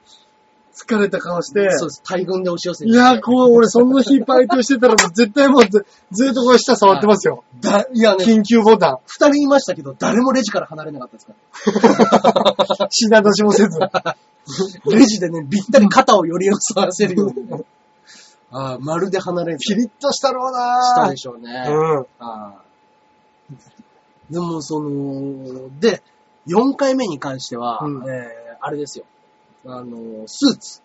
疲れた顔して、
そうです。大群で押し寄せてき
い
て。
やー、怖い。俺その日バイトしてたらもう絶対もうずずーっとこれ下触ってますよ。
だいやね、
緊急ボ タ
二人いましたけど、誰もレジから離れなかったですか
ン。品出しもせず。
ら。レジでね、ぴったり肩をより寄わせるようにね。ああ、まるで離れて
ピリッとしたろう
した
な
でしょうね。
うん。
ああでも、その、で、4回目に関しては、
うん
えーあれですよ。あの、スーツ。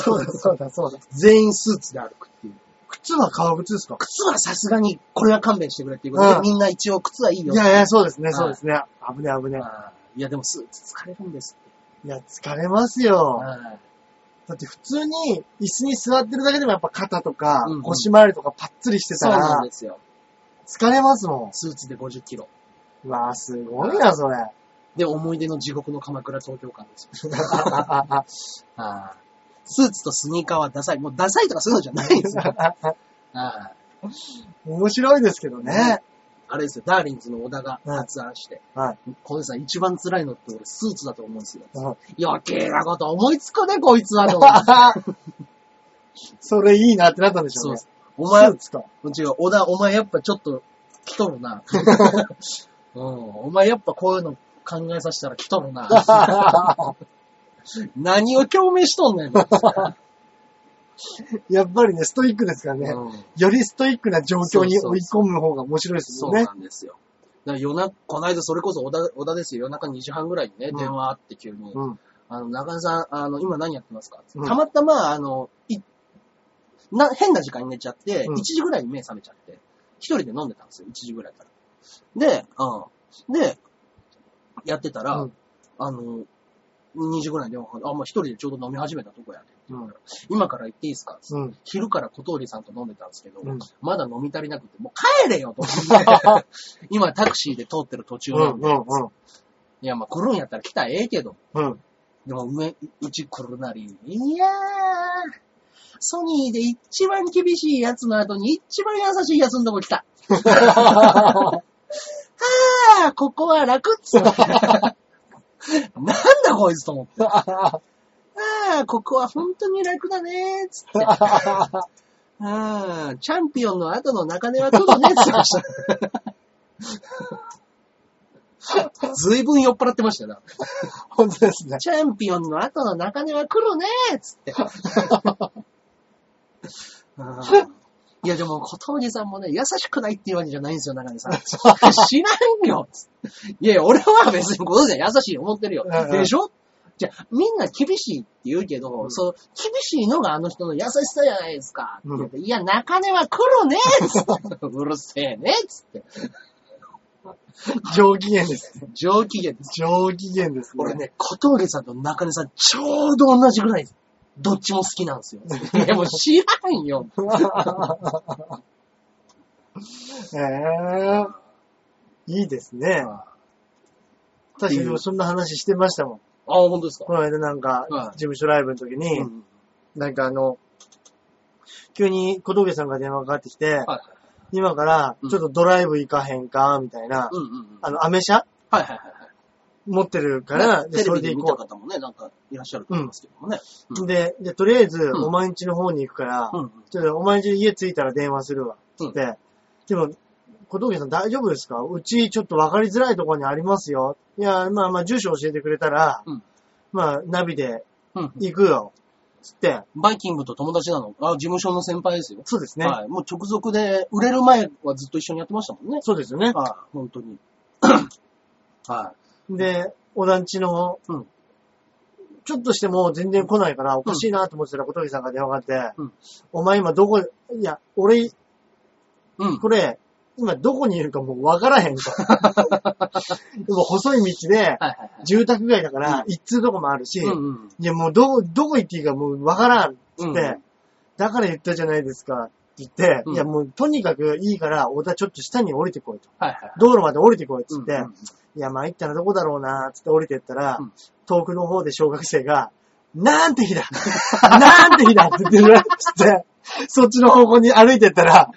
そうだそうだそうだ。
全員スーツで歩くっていう。
靴は革靴ですか
靴はさすがに、これは勘弁してくれっていうことで、
うん
みんな一応靴はいいよ。
いやいや、そうですね、
はい
そうですね。危ね危ね。
あーいやでもスーツ疲れるんですって。
いや、疲れますよ。
はい
だって普通に椅子に座ってるだけでもやっぱ肩とか
うんうん
腰回りとかパッツリして
そ
た
うな
ら
んですよ。
疲れますも
スーツで50キロ。
ん。うわあ、すごいな、そ れ。
で、思い出の地獄の鎌倉東京間ですよ。あースーツとスニーカーはダサい。もうダサいとかそういうのじゃないですよ。あー
面白いですけどね。
あれですよ、ダーリンズの小田が
うん
発案して、
はい。
小西さん一番辛いのって俺スーツだと思うんですよ。
うん
余計なこと思いつくね、こいつはと思って。
それいいなってなったんでしょ
そうう
ね
で。す。お前、
スーツと。
違う、小田、お前やっぱちょっと来とるな。 うん、お前やっぱこういうの考えさせたら来とるな。 何を共鳴しとん ねん。
やっぱりね、ストイックですからね。
うん
よりストイックな状況に
そうそうそう
追い込む方が面白いです
そ
よ
う
ね
な。んですよ。だから夜な、この間それこそ小田、小田ですよ。夜中2時半ぐらいにね、
うん
電話あって急に。
うん。
あの、中根さん、あの、今何やってますか、
うん
たまたま、あの、い、な、変な時間に寝ちゃって、
うん
1時ぐらいに目覚めちゃって、一人で飲んでたんですよ、1時ぐらいから。で、うん。で、やってたら、
うん
あの、2時ぐらいに電話かかってあ、もう一人でちょうど飲み始めたとこやね。
うん。
今から行っていいですか
うん。
昼から小峠さんと飲んでたんですけど、
うん
まだ飲み足りなくて、もう帰れよと 思って、今タクシーで通ってる途中
うん。う
なんんで、
うん。
いや、まあ来るんやったら来たらええけど、
うん。
でも、上、うち来るなり、いやー、ソニーで一番厳しいやつの後に一番優しいやつのとこ来た。あー、ここは楽っつって。なんだこいつと思って。あー、ここは本当に楽だねーっつって。あー、チャンピオンの後の中根はちょっとねっつってました。ずいぶん酔っ払ってましたよな。
本当ですね。
チャンピオンの後の中根は黒ねーっつ って。うんいや、でも、小峠さんもね、優しくないっていうわけじゃないんですよ、中 根さん。知らんよつっていやいや、俺は別に小峠さん優しい思ってるよ
うんうん。
でしょじゃあ、みんな厳しいって言うけど、
うん
そう、厳しいのがあの人の優しさじゃないですか。って言っていや、中根は黒ねーっ つって。うるせえねっつって。
上機嫌です。
上機嫌です。
上機嫌ですね。
俺ね、小峠さんと中根さん、ちょうど同じぐらい、どっちも好きなんです よ。いや、もう知らんよ。
え えいいですね。確かにでもそんな話してましたもん。
あ、本当ですか
この間なんか、
はい
事務所ライブの時に、
うん
なんかあの、急に小峠さんが電話かかってきて、
はい。
今から
うん
ちょっとドライブ行かへんか、みたいな、
うんうんうん。
あの、アメ車
はいはいはいはい。
持ってるから、で、
テ
それ
レ
で
ビで
行
見た
こ
方もね、なんかいらっしゃると思いますけどもね。う
う。
ん
で、で、とりあえず、
ん
お前んちの方に行くから、
うんうん。
ちょっとお前んち家着いたら電話するわ、つって。でも、小峠さん大丈夫ですかうちちょっと分かりづらいところにありますよ。いや、まあまあ、住所教えてくれたら、
うん
まあ、ナビで
うん
行くよ、つって。
バイキングと友達なの。あ、事務所の先輩ですよ。
そうですね。
はい。もう直属で、売れる前はずっと一緒にやってましたもんね。
そうですよね。
はい。本当 に。は
で、お団地の、
うん
ちょっとしても全然来ないから、おかしいなと思ってたら、小峠さんが電話があって、
うん
お前今どこ、いや、俺、
い。うん。
これ、今どこにいるかもうわからへん と。でも細い道で、
はいはい
住宅街だから、一通とこもあるし、
はい。うんうん。
いや、もうどこ、どこ行っていいかもうわからんって、
うんうん
だから言ったじゃないですかって言って、
うん
いや、もうとにかくいいから、小田ちょっと下に降りてこいと。
はいはい。
道路まで降りてこいって言って、
うんうん
いや、参ったらどこだろうな、つって降りてったら、
うん
遠くの方で小学生が、なんて日だ なんて日だって言ってるつって、そっちの方向に歩いてったら、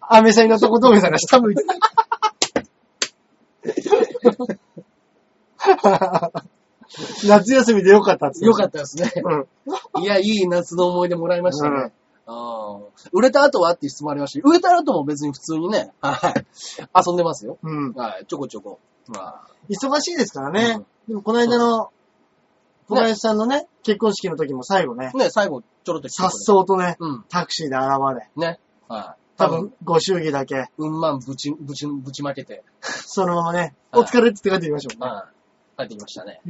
アメ車に乗った小峠さんが下向いてた。 夏休みでよかったっつって。
よかったですね。
うん。
いや、いい夏の思い出もらいましたね。
うん
あー売れた後はっていう質問ありましたし売れた後も別に普通にね、はい。遊んでますよ。
うん。
はい、ちょこちょこ。ま
忙しいですからね。でも、この間の、小林さんのね、結婚式の時も最後ね、
あ、ね、最後、ちょろっと
さっ
う。
そうとね、
うん、
タクシーで現れ、
ね。はい。
多分、ご祝儀だけ、
うんまんぶち、ぶち、ぶちまけて、
そのままね、
はい
お疲れって言って帰ってきましょうね。
まあ、帰ってきましたね。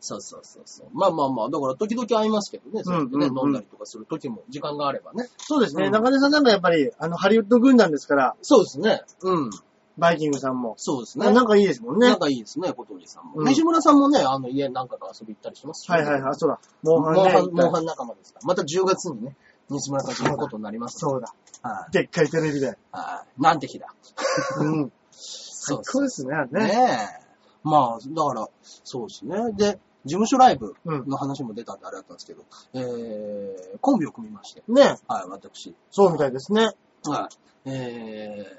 そうそうそうそう。まあまあまあ、だから時々会いますけどね、そうやってね、
うんうんうん
飲んだりとかする時も、時間があればね。
そうですね、
うん
中根さんなんかやっぱり、あの、ハリウッド軍団ですから、
そうですね。うん。
バイキングさんも。
そうですね。
な
なんん
かいいですもんね。
かいいですね、小鳥さんも。
うん
西村さんもね、あの、家なんかが遊び行ったりしますし、
はいはいはい、そうだ。モ
モ
ン
ン
ハ
ハ
ンね。
ン、モンハン仲間ですから。また10月にね、西村さんと会うことになります。
そうだ。
はい。
でっかいテレビで。
はい。なんて日だ。
うん。
そ
最
う
高ですね、あれ
ね
ね。
え。まあ、だから、そうですね。で、事務所ライブ
うん。
の話も出たんであれだったんですけど、えー、コンビを組みまして、
ね
はい、私。
そうみたいですね。
はい。えー、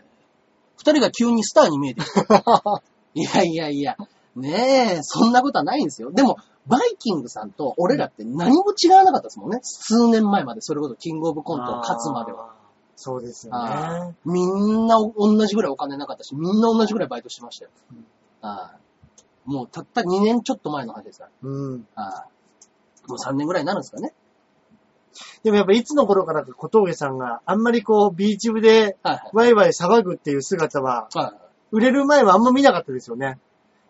二人が急にスターに見えてきた。 いやいやいや、ねえ、そんなことはないんですよ。でも、バイキングさんと俺らって何も違わなかったですもんね。数年前まで、それこそキングオブコントを勝つまでは。
は。そうですよ
あ
ね。
みんなお同じぐらいお金なかったし、みんな同じぐらいバイトしてましたよ。ああもうたった2年ちょっと前の話ですから。
うん。
ああもう3年ぐらいになるんですかね。
でもやっぱいつの頃からか小峠さんがあんまりこうビーチ部で
はいはい。
ワイワイ騒ぐっていう姿は、
はいはい
売れる前はあんま見なかったですよね。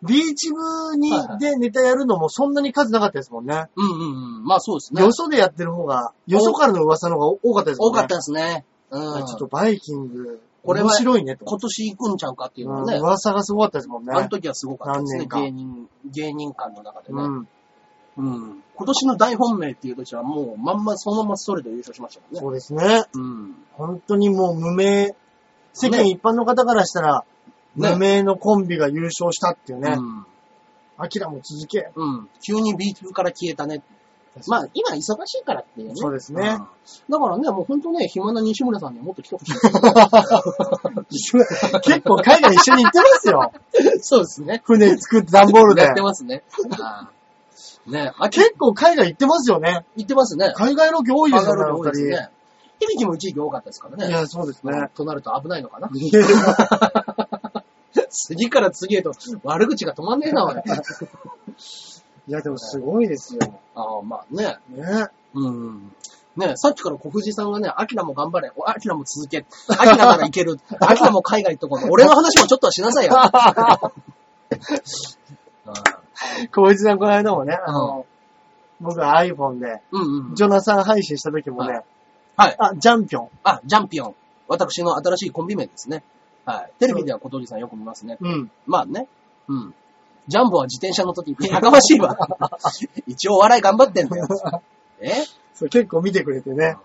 ビーチ部に
はいはい
でネタやるのもそんなに数なかったですもんね。
うんうんうん。まあそうですね
よ。そでやってる方が、よそからの噂の方が多かったですも
多
んね。
かったですね。うん。
ちょっとバイキング、
これは
面白いねと。
今年行くんちゃうかっていうの
う
は
ん
ね、
噂がすごかったですもんね。
あの時はすごかったですね。芸
何
人、芸人間の中でね。
うん。
うん。今年の大本命っていう時はもうまんまそのままストレートで優勝しましたもんね。
そうですね。
うん。
本当にもう無名、世間一般の方からしたら、
ね
無名のコンビが優勝したっていうね。
うん。
アキラも続け。
うん。急に B 級から消えたねまあ、今忙しいからっていうね。
そうです
うん
ね。
だからね、もう本当ね、暇な西村さんにはもっと来 てほしい。
結構海外一緒に行ってますよ。
そうですね。
船作って段ボールで
やっ。てますね。あーね、あ、け
結構海外行ってますよね。
行ってますね。
海外ロケ多いですよね、あの
上がるの多いです
二
ね。響きも一時期多かったですから
人。い
ね。
や、そうですね。
となると危ないのかな。 次から次へと悪口が止まんねえな、俺。
いや、でもすごいですよ。
ああ、まあね。
ね。
うん。ねさっきから小藤さんがね、アキラも頑張れ、おアキラも続け、アキラならいける、アキラも海外行っとこう、俺の話もちょっとはしなさ いよ。
小一さんこの間もね、あの、僕は iPhone で、
うんうんうん。
ジョナサン配信した時もね、
はい。
あ、ジャンピョン。
あ、ジャンピオン。私の新しいコンビ名ですね。はい。テレビでは小鳥さんよく見ますね。
うん。
まあね。うん。ジャンボは自転車の時ってやかましいわ。一応お笑い頑張ってんだよ。え
そう、結構見てくれてね。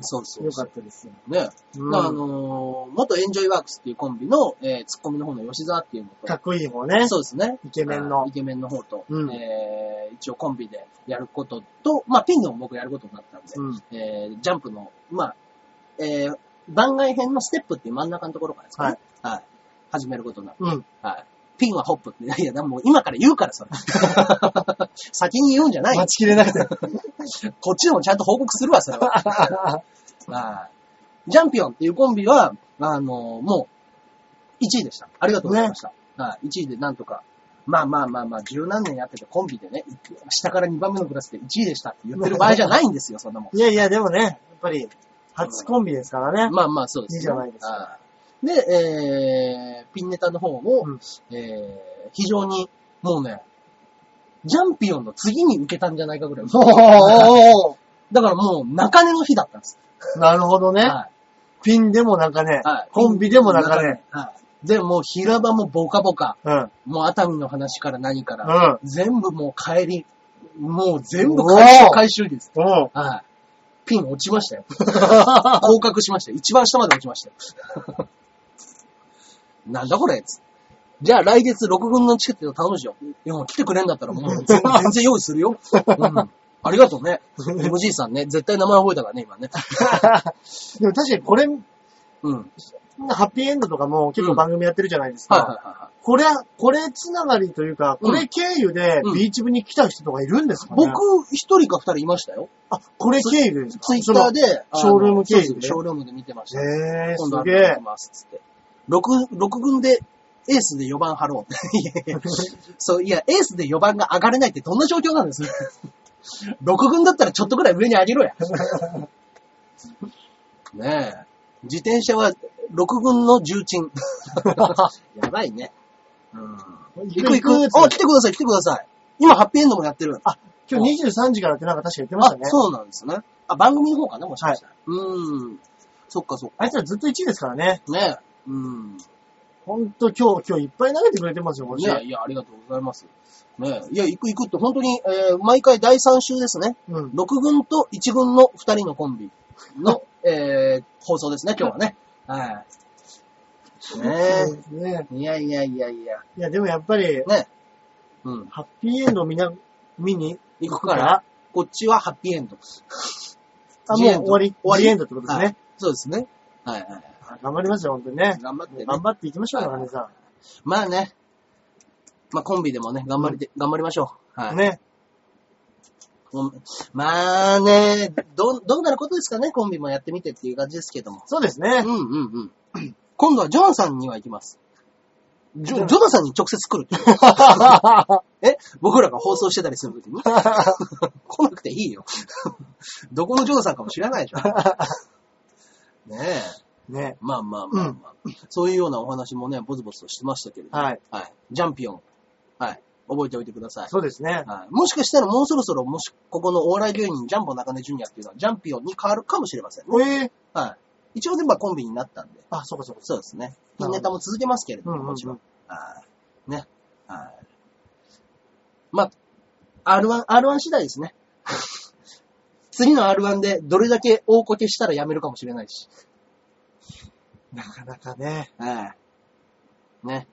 そうそう
よ
そ
か
う
ったですよ。
ね。
うん
あのー元エンジョイワークスっていうコンビの、えーツッコミの方の吉沢っていうのと、
かっこいい方ね。
そうですね。
イケメンの
あイケメンの方と、
うん
えー一応コンビでやることと、まあ、ピンのも僕やることになったんで、
うん。
えージャンプの、まあ、えー番外編のステップっていう真ん中のところからですかね。はい。始めることになって、
うん。
はい。ピンはホップって、いやいや、でももう今から言うか らそれ。先に言うんじゃない。
待ちきれなくて。
こっちでもちゃんと報告するわ、それは。 はい。ジャンピオンっていうコンビは、あの、もう、1位でした。ありがとうございました。はい。1位でなんとか、まあまあまあまあ、十何年やっててコンビでね、下から2番目のクラスで1位でしたって言ってる場合じゃないんですよ、そんなもん。
いやいや、でもね、やっぱり、初コンビですからね。
まあまあ、そうです、
いいじゃないですか
はいで、えー、ピンネタの方も、
うん
えー、非常に、もうね、ジャンピオンの次に受けたんじゃないかぐら
お
い。
ーおーお
だからもう、中根の日だったんです。
ー なるほどね。
はい
ピンでもなんかね
はい、
コンビでもなんかね。。
はい。で、もう平場もボカボカ。
うん。
もう熱海の話から何か
う
ら。
ん。
全部もう帰り。もう全部
お
回収
ー
回収です。
おう
はい。ピン落ちましたよ。降格しましたよ。一番下まで落ちましたよ。 なんだこれつってじゃあ来月6軍のチケットを頼むしよう。いや、もう来てくれんだったらもう全全然用意するよ。うん。ありがとうね。MG さんね。絶対名前覚えたからね、今ね。
でも確かにこれ、
うん。
ハッピーエンドとかも結構番組やってるじゃないです
はい
か。
はいはいはい。
これ、これつながりというか、これ経由で
うん
ビーチ部に来た人とかいるんですかね、
僕、一人か二人いましたよ。
あ、これ経由ですか
ツイッター
で。
で、
ショールーム経由で
そうそうショールームで見てました。
へえー、
今
す
度あ
げ
れ
え
行き。ます、つって。6、六軍で、エースで4番張ろう。いやい やそう、いや、エースで4番が上がれないってどんな状況なんです ?6 軍だったらちょっとぐらい上に上 げろや。ねえ。自転車は6軍の 重鎮。やばいね。うん。行く行く。あ、来てください、来てください。今、ハッピーエンドもやってる。
あ、今日23時からってなんか確か言ってましたね。
あそうなんですね。あ、番組の方かな、もしかしたら。うーん。そっかそっ
あいつらずっと1位ですからね。
か。ねうん。
ほんと今日、今日いっぱい投げてくれてますよ、こっち。
ねいや、ありがとうございます。ねいや、行く行くって、本当に、えー毎回第3週ですね。
うん。
6軍と1軍の2人のコンビ の、えー放送ですね、今日はね。はい。
そう
ね
ですね。
え。いやいやいやいや。
いや、でもやっぱり、
ねうん。
ハッピーエンドをみんな、見に
行くから、こっちはハッピーエンド。
あ、
ジ
もう
エンド
終わり、終わりエンドってことですね。
そうですね。はいはいはい。
あ頑張りますよ、ほんとにね。
頑張ってね。
頑張っていきましょうよ、
はい
金さ
まあね。まあコンビでもね、頑張りて、頑張りましょう。はい。
ん。ね。
うんまあね、どう、どうなることですかね、コンビもやってみてっていう感じですけども。
そうです
う
ね
ん。うんうん。今度はジョナさんには行きます。ジョ、ジョナさんに直接来るっていう。 え僕らが放送してたりするときに 来なくていいよ。どこのジョナさんかも知らないじゃん。ねえ。
ね。
まあまあまあまあ。そういうようなお話もね、ぼつぼつとしてましたけれども。
はい。
はい。ジャンピオン。はい。覚えておいてください。
そうですね。
はい。もしかしたらもうそろそろ、もし、ここのお笑い芸人、ジャンボ中根ジュニアっていうのは、ジャンピオンに変わるかもしれませんね。
おえー
はい。一応全部はコンビになったんで。
あ、そうかそうか。
そうです
な
ね。
るほど
ネタも続けますけれど
うんうん
も、
うん
もちろん。はい。ね。はい。まあ、R1、R1 次第ですね。 次の R1 でどれだけ大こけしたらやめるかもしれないし。
なかなかね。
はい。ね。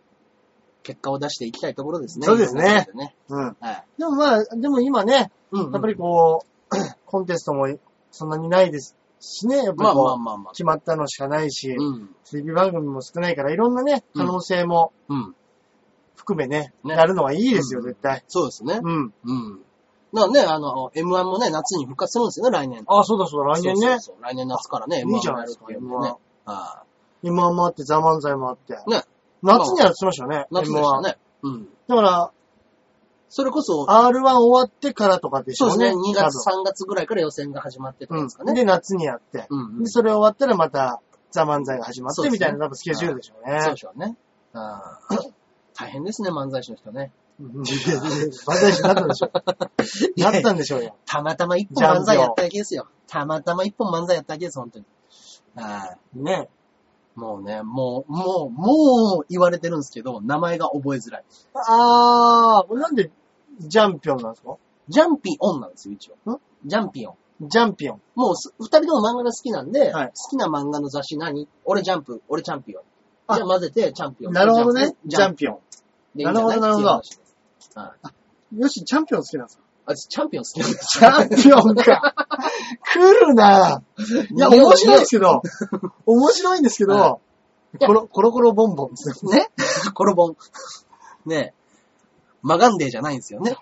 結果を出していきたいところですね。
そうですね。
ね
うん。
はい。
でもまあ、でも今ね、
うん、
やっぱりこう、 コンテストもそんなにないですしね、やっぱり
まあまあ
こ
まあま
う、
あ。
決まったのしかないし、
うん。
テレビ番組も少ないから、いろんなね、
うん
可能性も
うん。
含めね、
ね
やるのはいいですよ、
うん
絶対。
そうですね。
うん。
うん。だからね、あの、M1 もね、夏に復活するんですよね、来年。
あ、そうだそうだ、来年ね。
そうそうそう来年夏から
い
ね、
いじゃないですか
やるっていうんでね。ああ。
今もあって、ザ・漫才もあって。
ね
夏にはやってましたよね。
夏でしたね。うん。
M1 だから、
それこそ、
R1 終わってからとかでし
そ
ょ
う
う
です
ね。
ね、2月、3月ぐらいから予選が始まってた
多分
ん
うん
ですかね。
で、夏にやって。
うんうん
で、それ終わったらまた、ザ・漫才が始まっ
そうで
て、
すね
みたいな多分スケジュールでしょうね。
そうでしょうね。ああ。 大変ですね、漫才師の人ね。
うん漫 才師になったんでしょう。なったんでしょうよ。
たまたま一本漫才やっただけですよ。たまたま一本漫才やっただけです、本当に。はい。
ね。
もうね、もう、もう、もう言われてるんですけど、名前が覚えづらい。
あー、なんで、ジャンピオンなんですか
ジャンピオンなんですよ、一応
ん。
ジャンピオン。
ジャンピオン。
もうす、二人とも漫画が好きなんで、
はい
好きな漫画の雑誌何俺ジャンプ、俺チャンピオン。
あ
じゃあ混ぜて、チャンピオン。
なるほどね。ジ
ジャ
ャン
ンプ。
ピオン。
で
なるほどなるほど。
いいんじゃないっていう話です
よし、チャンピオン好きなんですか
あ、チャンピオン好きなんで
チ
す
ャンピオンか。来るなぁいや、
匂い
面白いですけど、面白いんですけど、
い
コロ、コロコロボンボンですよ。
ねコロボン。ねえ。マガンデーじゃないんです よね。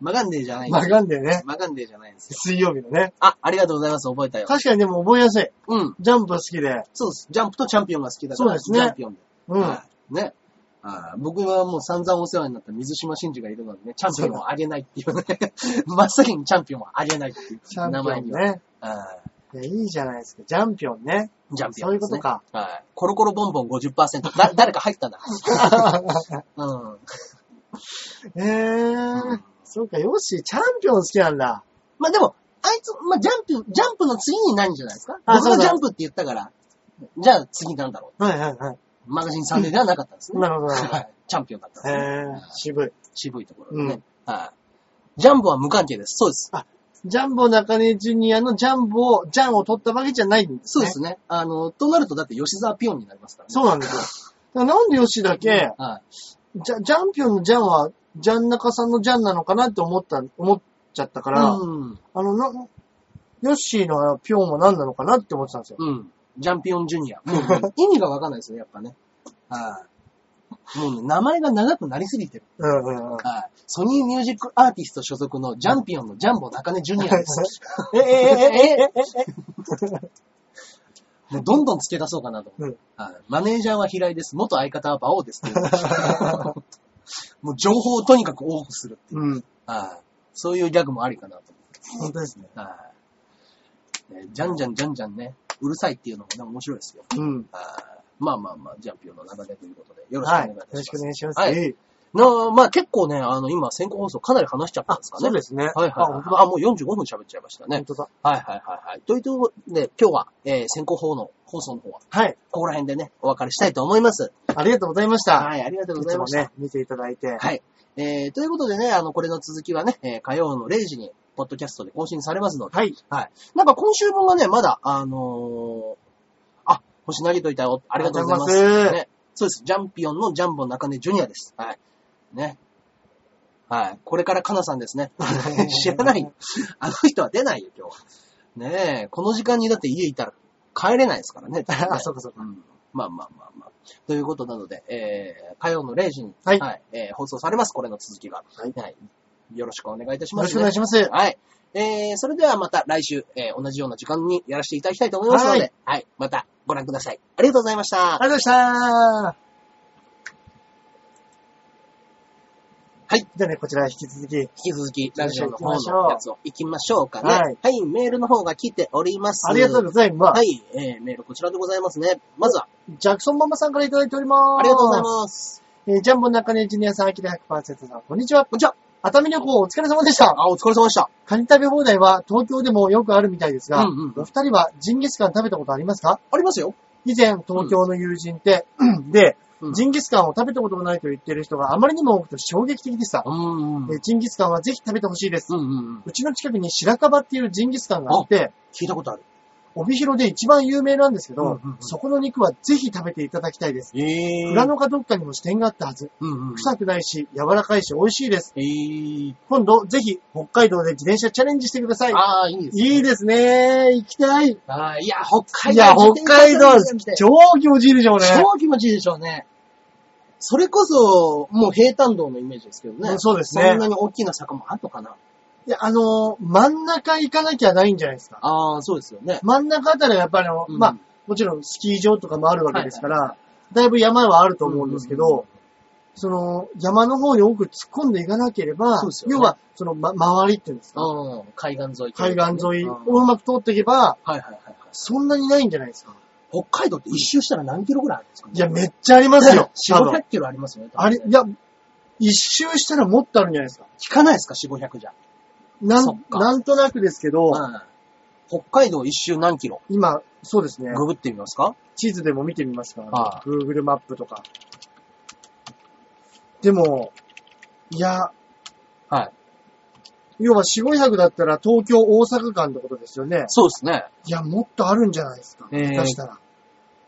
マガンデーじゃないんで
まあ
す
がんでね。
マガンデーじゃないんですよ。
水曜日のね。
あ、ありがとうございます。覚えたよ。
確かにでも覚えやすい。
うん。
ジャンプは好きで。
そうです。ジャンプとチャンピオンが好きだから。
そうですね
ジャンピオンで。
うん。
はいね。あー僕はもう散々お世話になった水島真司がいるのでね、チャンピオンをあげないっていうね。 真っ先にチャンピオンをあげないっていう
チャン
名
ピオ
前
ン
には。
ね。
あ
いや、いいじゃないですか。ジャンピオンね。
ージャンピオ
そう
ン
いう
です、
こ
ね。
とか。
はい。コロコロボンボン50%。だ、誰か入ったんだ。 うん。
えー。そうか、よし、チャンピオン好きなんだ。
まあでも、あいつ、まあジャンプ、ジャンプの次に何じゃないですか
あ
僕が
そうだ
ジャンプって言ったから、じゃあ次なんだろ
はいはいは
う。マガジンサンデーではなかったんです
い。
ね。
なるほどなるほ
はい。チャンピオンだったん
ど。
ですね。
えー、渋い。
渋いところでね。はい。ジャンボは無関係です。そうです。
ジャンボ中根ジュニアのジャンボを、ジャンを取ったわけじゃないんです
そう
ね。
ですね。あの、となるとだって吉沢ピオンになりますからね。
そうなんですよ。だからなんでヨッシーだけ、
はい。
ジャジャンピオンのジャンは、ジャン中さんのジャンなのかなって思った、思っちゃったから、
うん。
あの、な、ヨッシーのピョンは何なのかなって思ってたんですよ。
うん。ジャンピオンジュニア。もうね意味がわかんないですね、やっぱね。はい。もうね、名前が長くなりすぎてる。
うんうんうん。
はい。ソニーミュージックアーティスト所属のジャンピオンのジャンボ中根ジュニアです。
え、え、え、え、え、え、
もうどんどん付け出そうかなと思って。はいマネージャーは平井です。元相方は馬王ですっていう。 もう情報をとにかく多くするっていう。
うん。
はい。そういうギャグもありかなと思って。
本当ですね。
はい。ねじゃんじゃんじゃんじゃんね、うるさいっていうのもね、面白いですよ。
うん。
はいまあまあまあ、ジャンピオンの中でということで、よろしくお
は
願
い。
いい
よ
たします。
ろしくお願いします。
はい
えい
なまあ結構ね、あの、今、先行放送かなり話しちゃったんですかね。
そうですね。
はいはいはい、
あ、本当
あ、
だ。
もう45分喋っちゃいましたね
本。当だ。
はいはいはいはい。というところで、今日は、えー先行放の放送の方は、
はい。
ここら辺でね、お別れしたいと思います。
ありがとうございました。
はい、ありがとうご
い
ざ
つ
い
も
ました。
ね、見ていただいて。
はい。えー、ということでね、あの、これの続きはね、えー火曜の0時に、ポッドキャストで更新されますので、
はい。
はい。なんか今週分がね、まだ、あのーあ、星投げといたよ。ありがとうございます。
ありがとうございます
ね、そうです。ジャンピオンのジャンボ中根ジュニアです。はい。ね。はい。これからカナさんで すね。知らないよ。あの人は出ないよ、今日は。ねえ、この時間にだって家いたら帰れないで すからね。
あ、そうかそうか。
うんまあまあまあまあ。ということなので、えー、火曜の0時に、
はい
えー放送されます、これの続きが。
はい
よろしくお願いいたし
よ
ま
ろし
す、
くお願いします。あ
はい。えー、それではまた来週、えー、同じような時間にやらせていただきたいと思いますので、
は
はい、またご覧ください。ありがとうございました。
りがとうございました。
はい。
じゃあね、こちら引き続き、
引き続き、ラジオの
行き
方
ましょ
の
う
やつを行きましょうかね。
は
はいい、メールの方が来ております。
ありがとうご
す。
ざいます。
はい、えー、メールこちらでございますね。まずは、
ジャクソンママさんからいただいております。
ありがとうございます。
す。えージャンボ中根ジュニアさん、アキラ100%さん、こんにちは。
こんにちは。
熱海旅行お疲れ様でした。
あ、お疲れ様でした。
カニ食べ放題は東京でもよくあるみたいですが、
うんうん
お二人はジンギスカン食べたことありますか
ありますよ。
以前、東京の友人って、で、
うん
ジンギスカンを食べたことがないと言ってる人があまりにも多くて衝撃的でした。
うんうん。うん
えジンギスカンはぜひ食べてほしいです。
うんうん。
うちの近くに白樺っていうジンギスカンがあって、
聞いたことある。
帯広で一番有名なんですけど、
うんうんうん
そこの肉はぜひ食べていただきたいです。
えー
裏のかどっかにも支店があったはず。
うんうん。
臭くないし、柔らかいし、美味しいです。
えー。
今度、ぜひ、北海道で自転車チャレンジしてください。
ああ、いいですね。
いいですね。行きたい。
ああ、いや、北海
い
道。
や、北海道
自転車で、
超気持ちいいでしょうね。
超気持ちいいでしょうね。それこそ、もう平坦道のイメージですけどね。
そうです
そ
ね
んな。に大きな坂もあんのかない
や、あのー真ん中行かなきゃないんじゃないですか。
ああ、そうですよね。
真ん中あたりはやっぱりあの、
うん
まあ、もちろんスキー場とかもあるわけですから、
はいは
だいぶ山はあると思うんですけど、
うんうんうん
その、山の方に多く突っ込んでいかなければ、
そうですよね
要は、その、ま、周りっていうんですか、
うん、海岸沿い。
海岸沿い
うん
を
はいう
まく通っていけば、
はいはいはい。
そんなにないんじゃないですか。
北海道って一周したら何キロぐらいあるんですかね。
いや、めっちゃありますよ多
4、
分
500キロありますよね。多
あ
分
れ
ね、
いや、一周したらもっとあるんじゃないですか。
聞かないですか ?4、500じゃ。
な
そっ
ん、
か
なんとなくですけど、
うん。北海道一周何キロ
今、そうですね、
ググってみますか
地図でも見てみますから、ね
は、
Google マップとか。でも、いや、
はい。
要は4、500だったら東京、大阪間ってことですよね。
そうですね。
いや、もっとあるんじゃないですか。
えー
下手したら。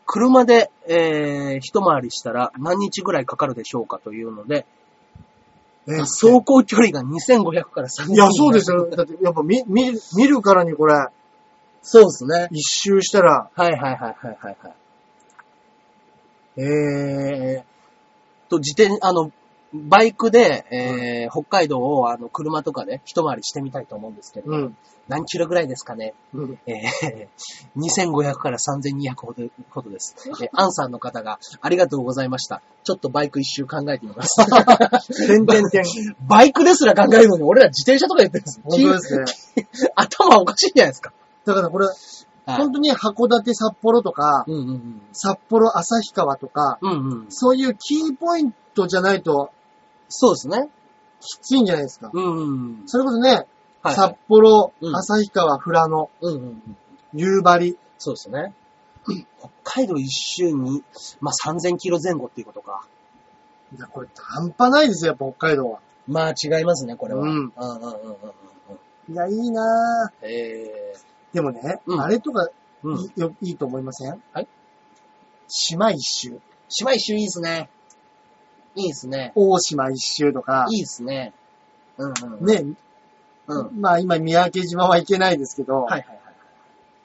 車で、えー、一回りしたら何日ぐらいかかるでしょうかというので、
えー
走行距離が2500から3000
いや、そうですよ。だって、やっぱ見、見る、見るからにこれ、
そうですね。
一周したら、
はいはいはいはいはいはい。えー、と、自転、あの、バイクで、えー、北海道を、あの、車とかで、一回りしてみたいと思うんですけど、
うん。
何キロぐらいですかね
うん
えー、2500から3200ほど、ほどです。えー、アンさんの方が、ありがとうございました。ちょっとバイク一周考えてみ ます。
点々点。
バイクですら考えるのに、俺ら自転車とかやってるんですよ
本当ですね。
頭おかしいんじゃないですか。
だからこれ、本当に函館、札幌とか、
うんうん
札幌、旭川とか、
うん。うんうん。
そういうキーポイントじゃないと
そうですね。
きついんじゃないですか。
うんうん。
それこそね、
はい。
札幌、
うん
旭川、富良野、
うんうんうん。
夕張。
そうですね。北海道一周に、まあ、3000キロ前後っていうことか。
いや、これ半端ないですよ、やっぱ北海道は。
まあ、違いますね、これは。
うん
うんうんうんうんうん。
いや、いいなぁ。
え
でもね、
うん
あれとかい,、
ー、うん。
よいいと思いません
はい。
島一周、
島一周いいですね。いいですね。
大島一周とか、
いいですね。うんうん。。
ね、
うん。
まあ今三宅島は行けないですけど、
はいはいはい。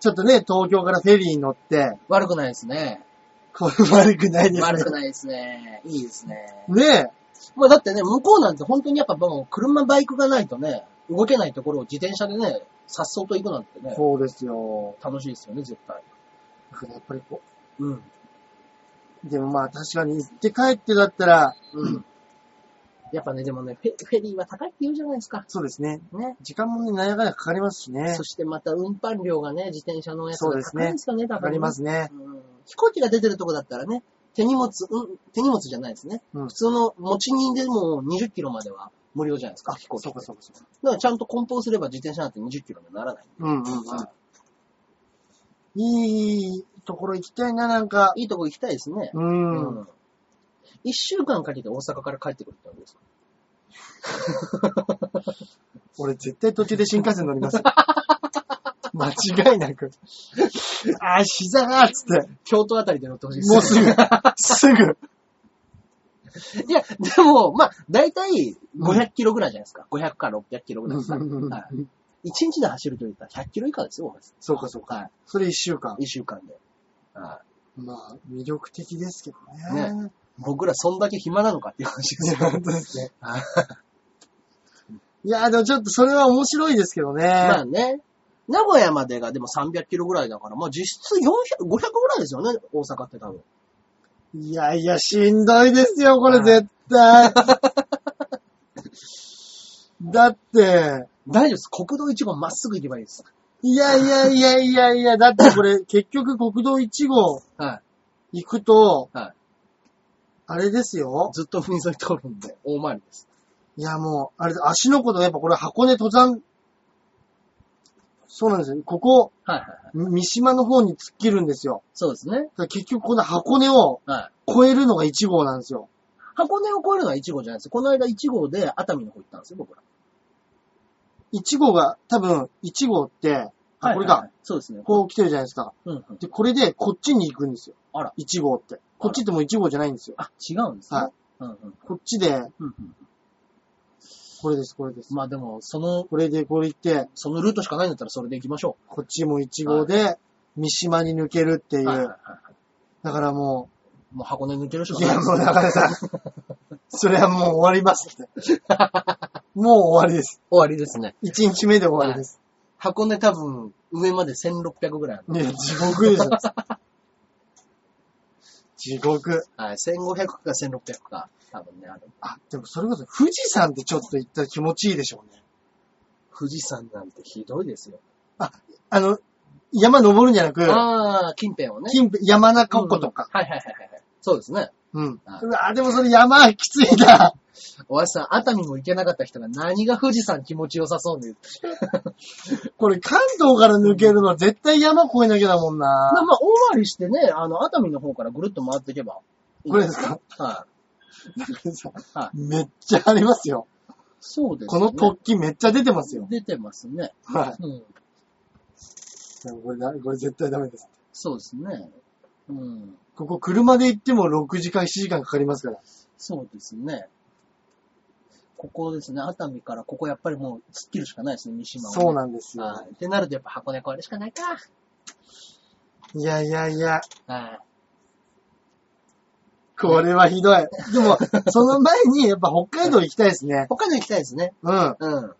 ちょっとね、東京からフェリーに乗って、
悪くないですね。
これ悪くないですね。
悪くないですね。いいですね。
ね
まあだってね、向こうなんて本当にやっぱもう車バイクがないとね、動けないところを自転車でね、さっそうと行くなんてね、
そうですよ。
楽しいですよね、絶対。
だからやっぱりこ
うん。
う、でもまあ確かに行って帰ってだったら、
うん。やっぱね、でもね、フェフェリーは高いって言うじゃないですか。
そうですね。
ね。
時間もね、なやかなかかかりますしね
そ。してまた運搬量がね、自転車のやつが高いんですかね、
かかりますね。
うん飛行機が出てるとこだったらね、手荷物、うん、手荷物じゃないですね。
うん
普通の持ち荷でも20キロまでは無料じゃないですか、飛行機。
そうか
だ
そうかそうか。
からちゃんと梱包すれば自転車なんて20キロにはならない。
うんうんうん。いいところ行きたいな、なんか。
いいとこ行きたいですね。
うん。
うん一週間かけて大阪から帰ってくるってわけですか
俺絶対途中で新幹線乗り ますよ。間違いなく。あー、膝がーっつって。
京都あたりで乗ってほしいですね
もうすぐ。すぐ。
いや、でも、まあ、だいたい500キロぐらいじゃないですか。500から600キロぐらいですか。はい。1日で走ると言ったら100キロ以下ですよ、
そうかそうか。
は
それ一週間
い。。1週間で。は
まあ、魅力的ですけどね。ね
い。僕らそんだけ暇なのかっていう話ですよ。
本当です ね
はい。
いやー、でもちょっとそれは面白いですけどね。
まあね。名古屋までがでも300キロぐらいだから、まあ実質400、500ぐらいですよね、大阪って多分。
いやいや、しんどいですよ、これ絶対。だって、
大丈夫です。国道1号まっすぐ行けばいいです。
いやいやいやいやいや、だってこ れ結局国道1号
は
行くと、
はい
あれですよ
い。。ずっと踏み添い通るんで、大回りです。
いやもう、あれ、足のことやっぱこれ箱根登山、そうなんですよ。ここ、
はいはいはい。
三島の方に突っ切るんですよ。
そうですね
だ。から結局この箱根を
はい。
越えるのが1号なんですよ。
箱根を越えるのは1号じゃないです。この間1号で熱海の方行ったんですよ、僕ら。
1号が、多分、1号って、あこれ
はいはいは
が
い、。そうですね。
こう来てるじゃないですか。
うんうん。
で、これでこっちに行くんですよ。
あら。
1号って。こっちってもう1号じゃないんですよ。
あ、違うんですね。
はい
うんうん。
こっちで、
うんうん。
これです、これです。
まあでも、その、
これでこれ行って、
そのルートしかないんだったらそれで行きましょ。
こっちも1号で、三島に抜けるっていう
はいはいは
う。
い。
だからも
もう箱根抜けるし
う、
か
い
ない
やもう中根さん、それはもう終わりますって。 もう終わりです。
終わりですね。
1日目で終わりです。
箱根多分、上まで1600ぐらいある。
いや、地獄でしょ。地獄。
はい、1500か1600か、多分ね、ある。
あ、でもそれこそ富士山ってちょっと行ったら気持ちいいでしょうね。
富士山なんてひどいですよ。
あの、山登るんじゃなく、
ああ、近辺をね。
近辺山中湖とか。
うんはいはいはいはいはい。そうですね。
うん。
あ
うわ、でもそれ山 きついな。
おやじさん、熱海も行けなかった人が何が富士山気持ちよさそうに言う。
これ関東から抜けるのは絶対山越えなきゃだもん
まあ
な。
まあ、大回りしてね、あの、熱海の方からぐるっと回っていけば。
これですか
はい。は
めっちゃありますよ。
そうです
こ
ね。
の突起めっちゃ出てますよ。
出てますね。
はい。
うん。
でもこれな、これ絶対ダメです。
そうですね。うん。
ここ車で行っても6時間、7時間かかりますから。
そうですね。ここですね、熱海からここやっぱりもう突っ切るしかないですね、三島はね、
そうなんですよ。
はい。ってなるとやっぱ箱根越えるしかないか。
いやいやいや、
はい。
これはひどい。でも、その前にやっぱ北海道行きたいですね。
他に行きたいですね。
うん。
うん。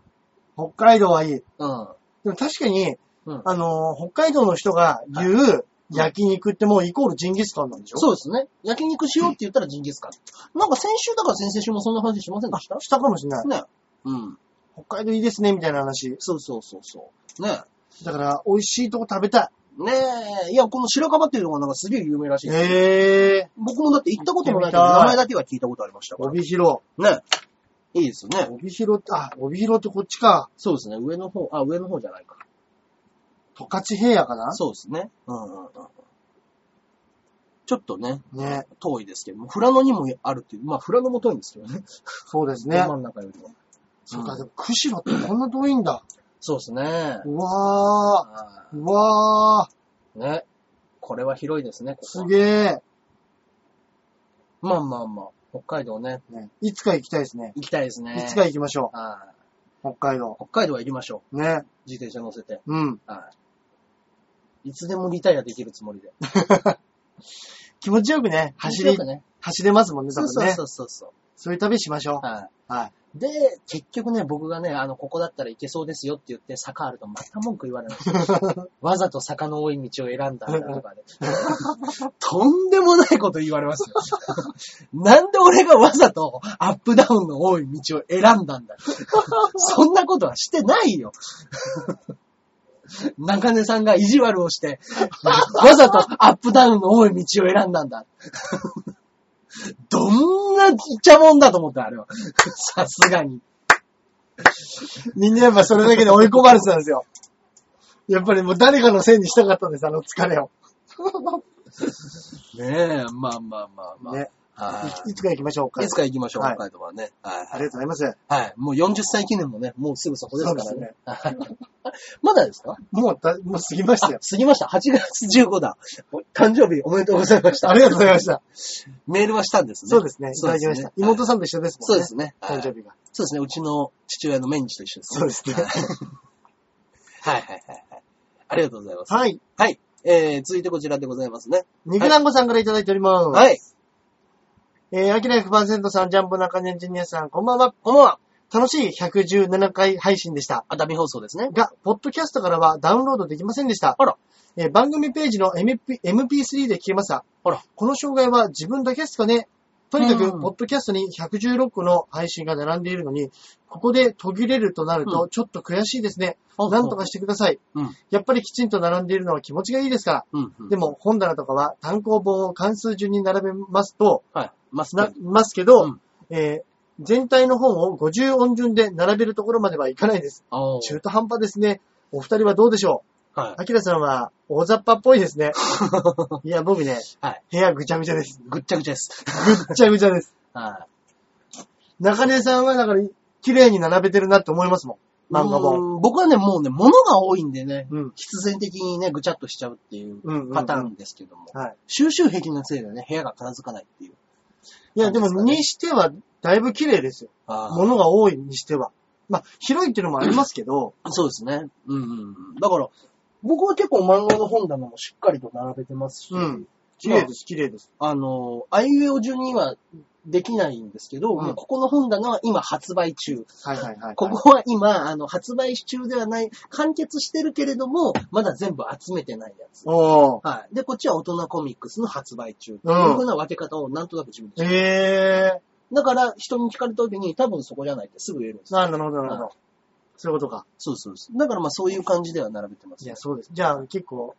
北海道はいい。
うん。
でも確かに、
うん
あのー北海道の人が言う焼肉ってもうイコールジンギスカンなんでしょ
そうですね。焼肉しようって言ったらジンギスカン。なんか先週だから先々週もそんな話しませんでした
したかもしれない。
ね。うん。
北海道いいですね、みたいな話。
そうそうそうそう。ね
だから、美味しいとこ食べた
ねえ。いや、この白樺っていうのがなんかすげえ有名らしい
い。
です。
へえ。
僕もだって行ったこともないけど、
行ってみたい
名前だけは聞いたことありましたから。
帯広。
ねえ。いいですよね。
帯広って、あ、帯広ってこっちか。
そうですね。上の方、あ、上の方じゃないか。
十勝平野かな
そうですね。うんうんうん。ちょっとね、
ね。
遠いですけども、富良野にもあるっていう、まあ富良野も遠いんですけどね。
そうですね
山。の中よりも。
そうか、
うん
でも、釧路ってこんな遠いんだ。
そうですね。
うわ
あ
ー。うわー。
ーね。これは広いですね、ここ
す
は
げえ。
まあまあまあ、北海道ね、
ねいつか行きたいですね。
行きたいですね。
いつか行きましょ。
はいう
北海道。
北海道は行きましょ
ね
う。。自転車乗せて。
うん。
はい。いつでもリタイアできるつもりで。
気持ちよくね、走り
面白、くね。
走れますもんね、多
そう
分
そう
ね
そ。うそうそう。
そういう旅しましょ
は
う。はい。
い。で、結局ね、僕がね、あの、ここだったらいけそうですよって言って、坂あるとまた文句言われるんですよ。わざと坂の多い道を選んだんだとかね。とんでもないこと言われますよ。なんで俺がわざとアップダウンの多い道を選んだんだ。そんなことはしてないよ。中根さんが意地悪をして、わざとアップダウンの多い道を選んだんだ。どんなちっちゃもんだと思った、あれは。さすがに。
みんなやっぱそれだけで追い込まれてたんですよ。やっぱりもう誰かのせいにしたかったんです、あの疲れを。
ねえ、まあまあまあまあ。
ね。
はい
いいつか行きましょうか。
いつか行きましょう、
はい
北海道はね。はい
ありがとうございます。
はい。もう40歳記念もね、もうすぐそこですから
そう
ね
で。
はい まだですか
もうだ、もう過ぎまし
あ
たよ。
過ぎました。8月15だ。お誕生日おめでとうございました。
ありがとうございました。
メールはしたんですね。
そうですね。い
そ
た
う
だ
で
き
すね
ました。妹さんと一緒ですも
そ
ん
う
ね
で。すね。はい
誕生日が。
そうですね。うちの父親の命日と一緒です、
そうですね
はいはいはいはいはい。ありがとうございます。
はい。
はい。えー、続いてこちらでございますね。
肉団子さんからいただいております。い。
はい。
えー、アキラ100%さん、ジャンボ中根ジュニアさん、こんばんは。
こんばんは。
楽しい117回配信でした。
熱海放送ですね。
が、ポッドキャストからはダウンロードできませんでした。
あら。
えー番組ページの MP MP3 で聞けました。
あら。
この障害は自分だけですかねとにか
う
く、
ん
ポッドキャストに116個の配信が並んでいるのに、ここで途切れるとなると、ちょっと悔しいですね。なんとかしてください。
うん
やっぱりきちんと並んでいるのは気持ちがいいですから。
うん、うん。
でも、本棚とかは単行本を関数順に並べますと、
はい。マス
な
ク。、
ますけど、
うん
えー全体の本を50音順で並べるところまではいかないです。
おー
中途半端ですね。お二人はどうでしょう
は
アキラさんは大雑把っぽいですね。いや、僕ね、
はい
部屋ぐちゃぐちゃです。
い。ぐっちゃぐちゃです。
ぐっちゃぐちゃです。
は
中根さんはだから、綺麗に並べてるなって思いますも
い。
ん。漫画本。
うん僕はね、もうね、物が多いんでね、
うん。
必然的にね、ぐちゃっとしちゃうっていう
うんうんうん
パターンですけども。
はい。
収集癖のせいでね、部屋が片付かないっていう。
いや、でも、
そうですかね
にしては、だいぶ綺麗ですよ。
あ
物が多いにしては。まあ、広いっていうのもありますけど、
あ、そうですね。うんうんうん。だから、僕は結構漫画の本棚もしっかりと並べてますし、
うん綺麗です、綺麗です。
あの、あいうえお順にはできないんですけ
う
ど、
ん
もうここの本棚は今発売中。
はいはいはいはい。
ここは今、あの、発売中ではない、完結してるけれども、まだ全部集めてないやつ。
おー。
はい。で、こっちは大人コミックスの発売中。っていうふうな分け方をなんとなく自分でしてます
えー。
だから、人に聞かれた時に、多分そこじゃないってすぐ言えるんですよ。
なるほど、なるほど。そういうことか。
そうそうそう。だからまあそういう感じでは並べて
い
ます。
や、そうです。じゃあ、結構、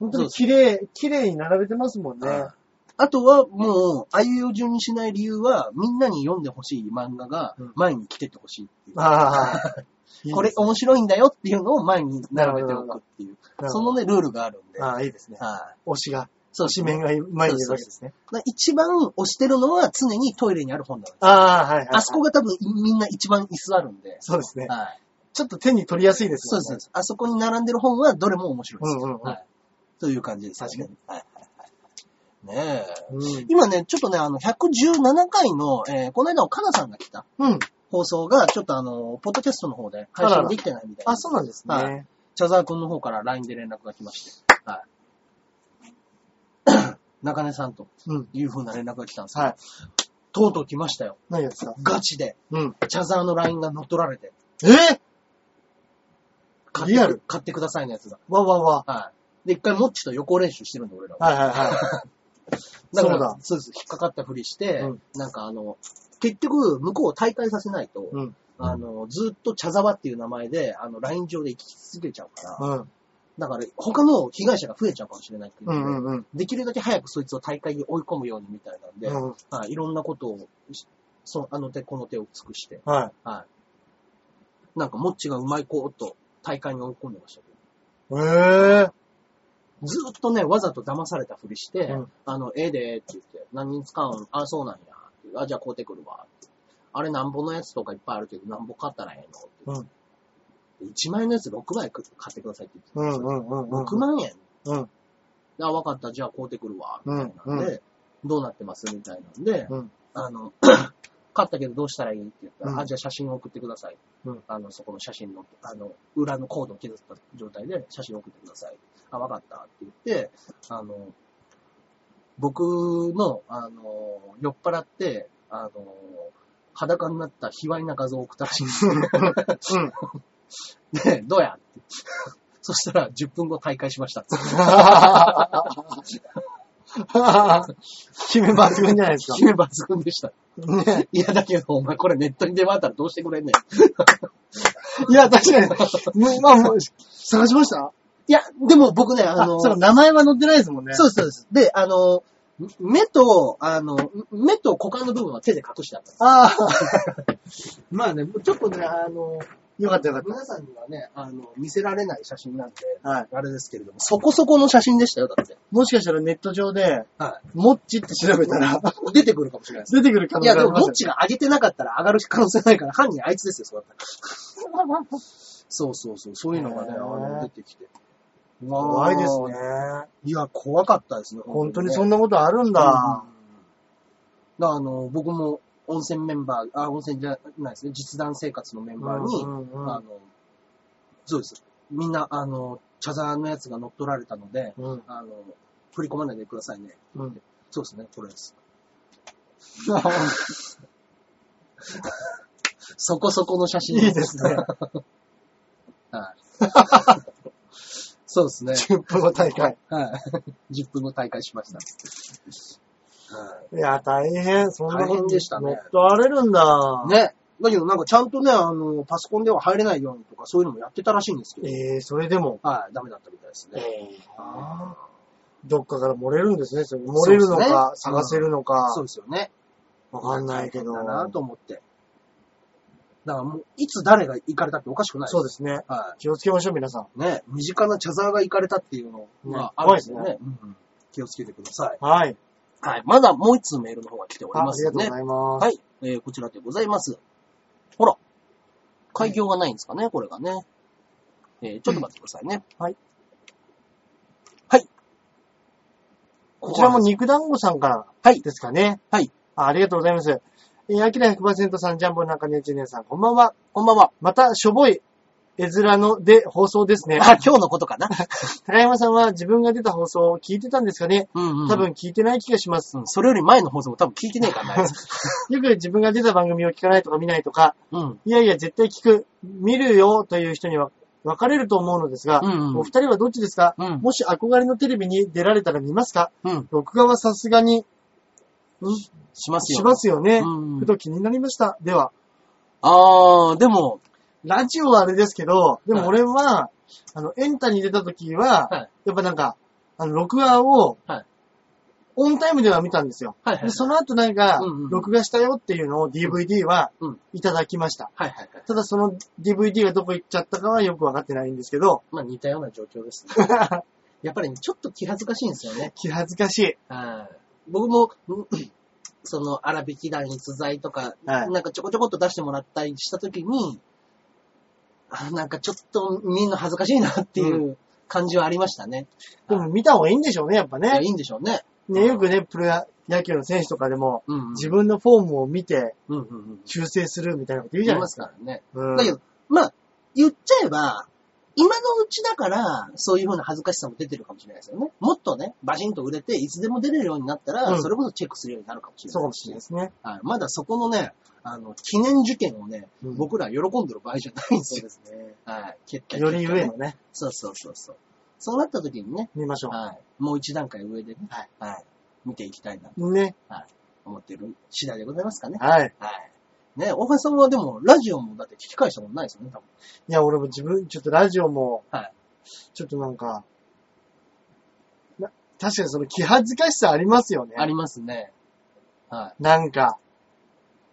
本当
そう
に
です
綺麗、綺麗に並べてますもんね。
ああとは、もう、あいうえお順にしない理由は、みんなに読んでほしい漫画が
うん、
前に来ててほしいっていう。
ああ。いいです
これ、面白いんだよっていうのを前に並べておくっていう。
なる
そ
ほど
のね、ルールがあるんで。
ああ、いいですね。
はい。
推しが、
そ
推
う
し面が前にいるわけですね。
が。一番押してるのは常にトイレにある本なんです。
ああ、はいはいはい。
あそこが多分みんな一番椅子あるんで。
そうですね。
はい。
ちょっと手に取りやすいです
そ
もね。
うんですそうです。あそこに並んでる本はどれも面白いです。
うんうんうん
はい。という感じです、ね。
確か
に。はいはいはい。ねえ。
です。
今ね、ちょっとね、あの、117回の、えー、この間、岡田さんが来た
うん。うん。
放送が、ちょっとあの、ポッドキャストの方で配
あら
信
ら
できてないみたいな。
あ、そうなんですね。
はい茶沢くんの方から LINE で連絡が来まして、はい。 中根さんと
うん。
いう風な連絡が来たんですけど、
はい。
とうとう来ましたよ。
何がですか
ガチで、
うん。
茶沢の LINE が乗っ取られて、
えー、
買って
リアル
買ってくださいのやつが。
わわわ。
はい。で、一回モッチと予行練習してるんで、俺らは。
はいはいは
だか
そ
ら
うだ
そうです。引っかかったふりして、
うん
なんかあの、結局、向こうを退会させないと、
い。うん。
あの、ずっと茶沢っていう名前で、あの、ライン上で生き続けちゃうから、
うん。
だから、他の被害者が増えちゃうかもしれないっていう
う
ので、
んうんうん。
できるだけ早くそいつを大会に追い込むようにみたいなんで、
うん
はい、いろんなことをし、そあの手この手を尽くして、
はい。
なんか、モッチがうまいこと大会に追い込んでましたけど、
えー。
ずーっとね、わざと騙されたふりして、
うん
あの、ええでーって言って、何人使うんあ、そうなんや。ってあ、じゃあ買うてくるわ。ってあれ、なんぼのやつとかいっぱいあるけど、なんぼ買ったらええのって。1万円のやつ6枚く買ってくださいって
う
言
ん
っ
う
てたん
んう
ですよ。
んうん。
6万円。
うん。
あ、わかった、じゃあ買うてくるわ。みたいなんで、
うん
どうなってますみたいなんで、
うん
あの、 買ったけどどうしたらいいって言ったら、
うん
あ、じゃあ写真を送ってください。
うん
あの、そこの写真の、あの、裏のコードを削った状態で写真を送ってください。あ、わかったって言って、あの、僕の、あの、酔っ払って、あの、裸になった卑猥な画像を送ったらしいんですよ。
うん。
で、どうやって。 そしたら、10分後大会しましたって。
決め抜群じゃないです
決め抜群でした。
か。ね。
いや、だけど、お前これネットに出回ったらどうしてくれんねん。
いや、確かに。むまあ、もう探しました
いや、でも僕ね、あ
あ
の、
そう、名前は載ってないですもんね。
そう
う
です、そうです。で、あの、目と、あの、目と股間の部分は手で隠してあった。
あ
まあね、ちょっとね、あの、
あ、よかったよかっ
皆さんにはね、あの、見せられない写真なんで、
た。はい。
あれですけれども、そこそこの写真でしたよ、だって。
もしかしたらネット上で、
は
モッチって調べたら、
い。出てくるかもしれないで す。
出てくる可
い
能性
や、
があ
で
り
も、
ます
ど
よ
っちが上げてなかったら上がる可能性ないから、犯人あいつですよ、そうだったら。そうそうそう、そういうのがね、
へ
あ
ー
の出てきて。
怖いですね。。
いや、怖かったですね。
本当に
ね
そんなことあるんだ。
うんだからあの、僕も温泉メンバー、あ、温泉じゃないですね、実弾生活のメンバーに、
うんうんうん
あの、そうです。みんな、あの、茶座のやつが乗っ取られたので、
うん。
あの、振り込まないでくださいね。
うん。
そうですね、これです。 そこそこの写真
いいですね。
はい。 そうですね。
10分の大会。
はい。10分の 大会しました。はい
いや、大変。そんなこと
大変でしたね
乗っ取られるんだ。
ね。だけどなんかちゃんとね、あの、パソコンでは入れないようにとかそういうのもやってたらしいんですけど、
ええそれでも。
はい、ダメだったみたいですね。
あーどっかから漏れるんですね。それ漏れるの
そうですね
か、探せるのか
そう、ですよね。
わかんないけど。
だなと思って。だからもう、いつ誰が行かれたっておかしくない。
そうですすね。
は
気をつけましょう、皆さん。
い。ね、身近な茶沢が行かれたっていうの
ね
があるんですよ
怖い
ね。うん気をつけてください。
はい。
はい。まだもう一通メールの方が来ており
ああ
ま
り
す
が
よ
とうご
ね。
ざいます。
はい。えー、こちらでございます。ほら。開業がないんですかね、これがね。えー、ちょっと待ってくださいね。
はい。
はい。
こちらも肉団子さんから
はい
ですかね。
はい
あ。ありがとうございます。えー、アキラ100%さん、ジャンボ中根知念さん、こんばんは。
こんばんは。
また、しょぼい絵面ので放送ですね。
あ、今日のことかな。
高山さんは自分が出た放送を聞いてたんですかね
うん、
多分聞いてない気がします。
うん、それより前の放送も多分聞いてねえからな、あいつ
よく自分が出た番組を聞かないとか見ないとか、
うん。
いやいや絶対聞く、見るよという人には分かれると思うのですが、
うんうん
お二人はどっちですか、
うん
もし憧れのテレビに出られたら見ますか
うん。
録画はさすがに
しますよ。
しますよね。
うん
ふと気になりました。では、
あー、でも、
ラジオはあれですけど、で
は
も
い
俺は、あの、エンタに出た時は、
はい
やっぱなんか、あの、録画を、
はい
オンタイムでは見たんですよ。
はいはいはい
でその後なんか、
うんうん
録画したよっていうのを DVD は
うん、
いただきました。
はいはいはい。
ただその DVD がどこ行っちゃったかはよくわかってないんですけ ど、
まあ似たような状況です ね。やっぱりね、ちょっと気恥ずかしいんですよね。
気恥ずかしい。
はい僕も、 うんその、荒引き団逸材とか、
はい
なんかちょこちょこっと出してもらったりしたときに、あなんかちょっと見るの恥ずかしいなっていう感じはありましたね。
でも見た方がいいんでしょうね、やっぱ
いや
ね
い。いんでしょうね。
ね、よくね、プロ野球の選手とかでも、
うんうん。
自分のフォームを見て
うんうんうん。
修正するみたいなこと言うじ
言
ゃない
いま
です
す
か。
からね。
うん
だけど、まあ、言っちゃえば、今のうちだから、そういうふうな恥ずかしさも出てるかもしれないですよね。もっとね、バシンと売れて、いつでも出れるようになったら、
うん
それこそチェックするようになるかもしれない。
そうかもしれないですね。
はい、まだそこのね、あの、記念受験をね、
うん
僕ら喜んでる場合じゃないんですよ。
すね。
はい。結果
より上。
結果ね
のね、
そうそうそうそう。そうなった時にね、
見ましょ
はい。もう一段階上でね、
はい。
はい。見ていきたいなと
う。ね。
思っている次第でございますかね。
はい。
はい。ね、大橋さんはでも、ラジオもだって聞き返したことないですよね、多分。
いや、俺も自分、ちょっとラジオも、
はい
ちょっとなんか、な確かにその気恥ずかしさありますよね。
ありますね。は
なんか、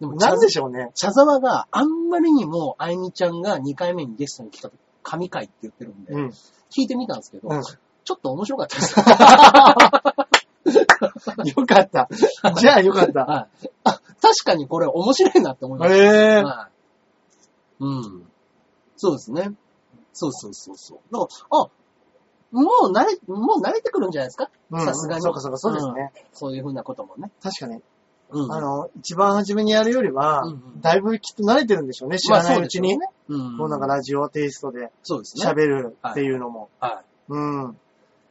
い。でも、
なんでしょうね。
茶沢があんまりにも、あいみちゃんが2回目にゲストに来た時、神回って言ってるんで、
うん。
聞いてみたんですけど、
うん
ちょっと面白か ったです。
よかった。じゃあよかった。
はい。あ、確かにこれ面白いなって思いまし
へ
た。
え。
はい。うん。そうですね。そうそうそうそう。だから、あ、もう慣れ、もう慣れてくるんじゃないですか
うん
さすがに
そうかそうか、そうですね。
そういうふうなこともね。
確かに。
うん。
あの、一番初めにやるよりは
うんうん、
だいぶきっと慣れてるんでしょうね。知らないうちに。
うん。
もうなんかラジオテイストで
そうですね。
喋るっていうのも。
は
うん。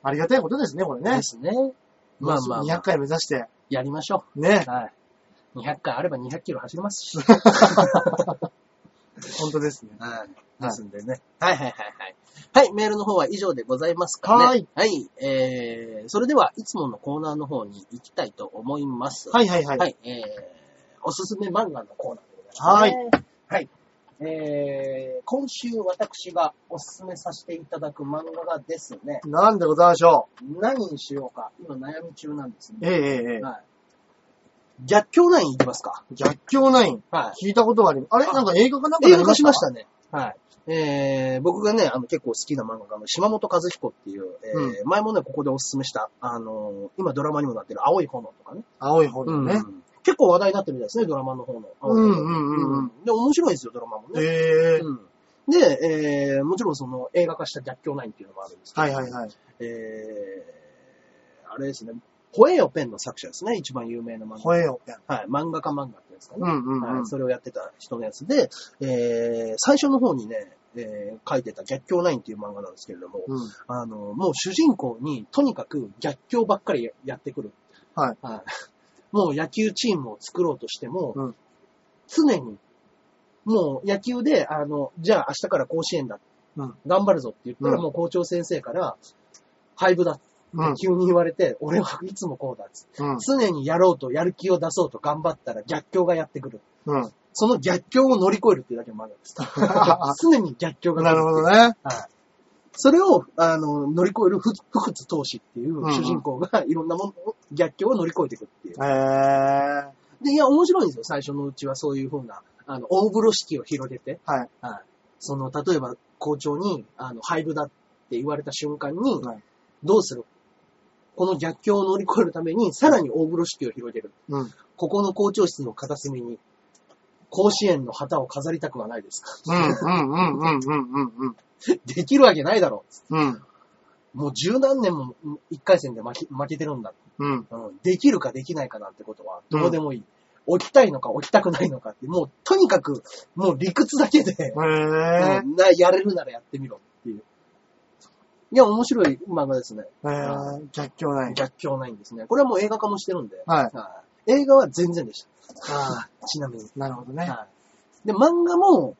ありがたいことですね、これ
い。
ね
で。すね。まあまあまあ
200、回目指して。
やりましょ
ね
う。。はい。200回あれば200キロ走れますし。
本当ですね。
はい。ですんでね。はいはいはいはい。はい、メールの方は以上でございますかね。
はい。
はい、えー、それではいつものコーナーの方に行きたいと思います。
はいはいはい。
はい、えー、おすすめ漫画のコーナーでございます、ね。
はい。
はい。えー、今週私がおすすめさせていただく漫画がですね、
なんでございましょ
何にしようか、今悩み中なんです
う。
ね。
えええええ
はい。逆境ナインいきますか。
え。逆境ナイン。
は
聞いたことはありあれ
あ
なんか映画かなんか。
い。映画化しましたたね。はい。えー、僕がね、あの結構好きな漫画家の島本和彦っていう、えー前もね、ここでおすすめした、あのー今ドラマにもなってる青い炎とかね。
青い方だ
うん
ね。
結構話題になってるみたいですね、ドラマの方の。
うんうんうんうん。
で、面白いですよ、ドラマもね。
ええ
うんで、えー、もちろんその映画化した逆境ナインっていうのもあるんですけど、
はいはいはい。
えー、あれですね、ホエよペンの作者ですね、一番有名な漫画。
吠えよ。
はい、漫画家漫画ってやつか
う
ね、
んうんう
は
ん
い。。それをやってた人のやつで、えー、最初の方にね、えー、書いてた逆境ナインっていう漫画なんですけれども、
うん
あの、もう主人公にとにかく逆境ばっかりやってくる。
はい。
もう野球チームを作ろうとしても、
うん
常に、もう野球で、あの、じゃあ明日から甲子園だ。
うん
頑張るぞって言ったら、
うん
もう校長先生から、廃部だって
うん
急に言われて、俺はいつもこうだっつって、
うん
常にやろうと、やる気を出そうと頑張ったら逆境がやってくる。
うん。
その逆境を乗り越えるっていうだけの漫画 です。常に逆境が
なる
ど
ほどね。
はい。それを、あの、乗り越える不不屈闘志っていう
うんうん
主人公がいろんなものを、逆境を乗り越えていくっていう。
ええ。
で、いや、面白いんですよ。最初のうちはそういう風な、あの、大風呂敷を広げて、
はい。
はい。その、例えば校長に、あの、廃部だって言われた瞬間に、
はい
どうするこの逆境を乗り越えるために、さらに大風呂敷を広げる。
うん。
ここの校長室の片隅に、甲子園の旗を飾りたくはないですか
うんうんうんうんうんうん
できるわけないだろう。
うん。
もう十何年も一回戦で負け負けてるんだ、
うん。
うんできるかできないかなんてことはどうでもいい。起きたいのか起きたくないのかって、もうとにかく、もう理屈だけで、
ええ
うんなやれるならやってみろっていう。いや、面白い漫画ですね。
ええ逆境ナイン。
逆境ないんですね。これはもう映画化もしてるんで。
はい。
はい映画は全然でし
あ
た。ちなみに。
あ、なるほどね。
はいで、漫画も、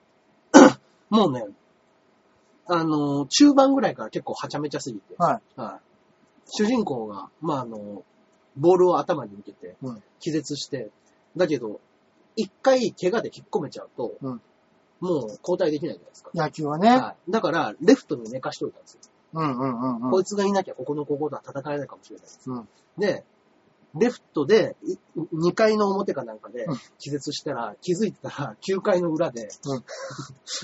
もうね、あの、中盤ぐらいから結構はちゃめちゃすぎて、
はい。
はい。主人公が、まあ、あの、ボールを頭に向けて
うん、
気絶して、だけど、一回怪我で引っ込めちゃうと、
うん
もう交代できないじゃないですか。
野球はね。
はい、だから、レフトに寝かしといたんですよ。
うんうんうんうん。
こいつがいなきゃ、ここの高校とは戦えないかもしれないです。
うん
で、レフトで、2回の表かなんかで
うん
気絶したら、気づいたら9回の裏で、
うん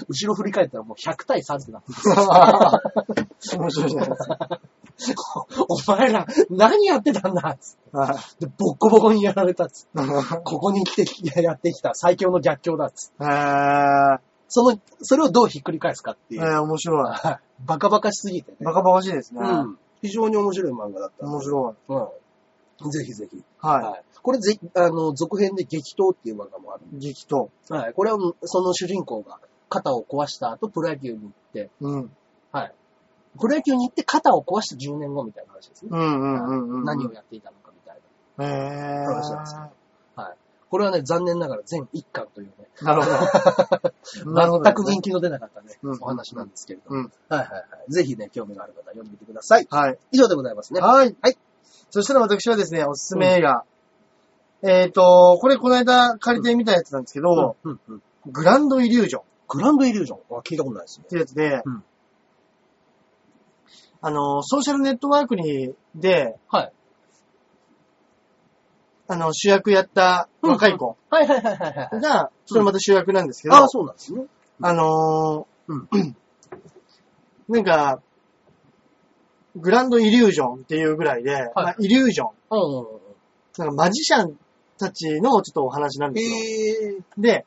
後ろ振り返ったらもう100対3ってなって
面白いじゃないですか。
お前ら、何やってたんだっつって
はい
で、ボッコボコにやられたっつって。
え
ここに来て、やってきた最強の逆境だっつって。
ー
その、それをどうひっくり返すかって
え
いう。
ー、面白い。
バカバカしすぎてね。
バカバカしいですね。
うん。非常に面白い漫画だった。
面白い。
うん。ぜひぜひ。
は
はい。これぜ、あの、続編で激闘っていう漫画もある。
い。激闘。
はい。これは、その主人公が肩を壊した後、プロ野球に行って、
うん。
はい。プロ野球に行って肩を壊した10年後みたいな話ですね。
うんうんうんうん。
何をやっていたのかみたいな。
えー
話なんですこれはね、残念ながら全1巻というね、
なるほど。なるほど。
全く人気の出なかったね、
うん
お話なんですけれど
う
も。
ん。
はいはいはい。ぜひね、興味がある方は読んでみてください。
はい。
以上でございますね。
はい。はい。そしたら私はですね、おすすめ映画。えっと、これこの間借りてみたやつなんですけど、
うんうん
グランドイリュージョンっ
グランドイリュージョンは聞いたことないですね。
てやつで
うん、
あの、ソーシャルネットワークに、で、
はい。
あの、主役やった若い子
はいはいはいはいはい。
が、それまた主役なんですけど、
ああ、そうなんですね。
あのー なんか、グランドイリュージョンっていうぐらいで、まあイリュージョン。
うんうんうん
なんかマジシャンたちのちょっとお話なん
へ
ですよ。
え。
で、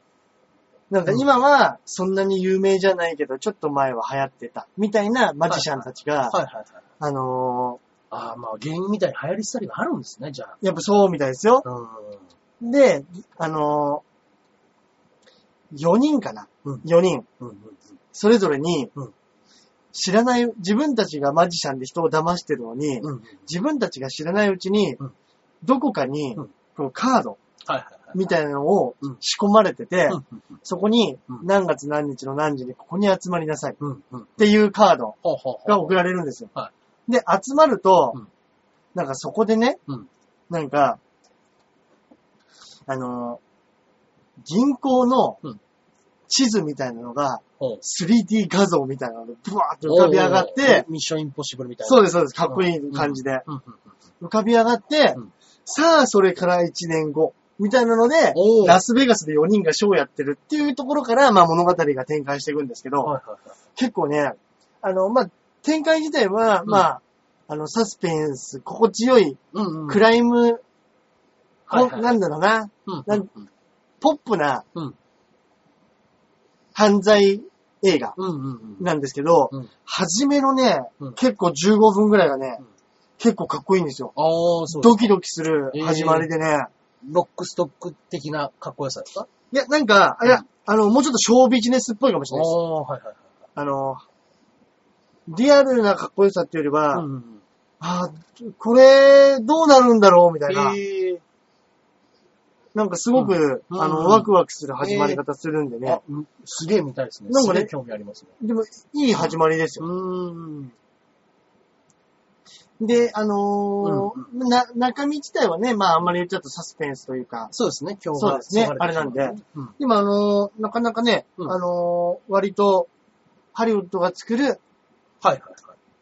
なんか今はそんなに有名じゃないけど、ちょっと前は流行ってた、みたいなマジシャンたちが、
はいはいはい。
あの
ああ、まあ、芸人みたいに流行りしたりがあるんですね、じゃあ。
ーやっぱそうみたいですよ。
うん。
で、あのー、4人かな、
うん
?4 人。
うんうん
それぞれに
うん、
知らない、自分たちがマジシャンで人を騙してるのに、
うん。うん。
自分たちが知らないうちに
うん、
どこかに
うん、
こうカード
はいはいはい。
みたいなのを
うん
仕込まれてて、
うんうん
そこに
うん、
何月何日の何時にここに集まりなさいっ
うんうん。
ていうカード
ほうほうほう。
が送られるんですよ。
は
で、集まると、
うん
なんかそこでね、
うん
なんか、あのー銀行の
うん
地地図みたいなのが、
おう
3D 画像みたいなので、ブワーって浮かび上がって、、
ミッションインポッシブルみたいな。
そう
で
です、そうです。かっこいい感じで。
す。うんうんう
浮
ん
かび上がって
うん、
さあ、それから1年後。みたいなので
お、ー
ラスベガスで4人がショーやってるっていうところから、まあ物語が展開していくんですけど、
はいはいはい。
結構ね、あの、まあ、展開自体は、
うん
まあ、あの、サスペンス、心地よい、
うんうん。
クライム、
はいはい
なんだろうな、
うんうん
なんポップな
うん。
犯罪映画
うんうんうん。
なんですけど、
うん
初めのね
うん、
結構15分ぐらいがね
うん、
結構かっこいいんですよ。
ああ、そうです
ドキドキする始まりでね。
ロックストック的なかっこよさですか
いや、なんか、いや、あの、もうちょっとショービジネスっぽいかもしれないです。
あ、はいはい
あの、リアルなかっこよさっていうよりは、
はい。うん。
あーこれ、どうなるんだろうみたいな、
へえ
なんかすごく、
うん
あ
う
の、
ん
ワクワクする始まり方するんでね
あ。うんすげえ見たいですね。
なんかね
すげえ興味ありますね。
でも、いい始まりですよ。
ん。
で、あのーな、中身自体はね、まああんまり言っちゃうとサスペンスというか、
そうですね、今日
そうですねあれなんで
うん。
今あのーなかなかね、
うん
あのー割と、ハリウッドが作る
はいはいはい。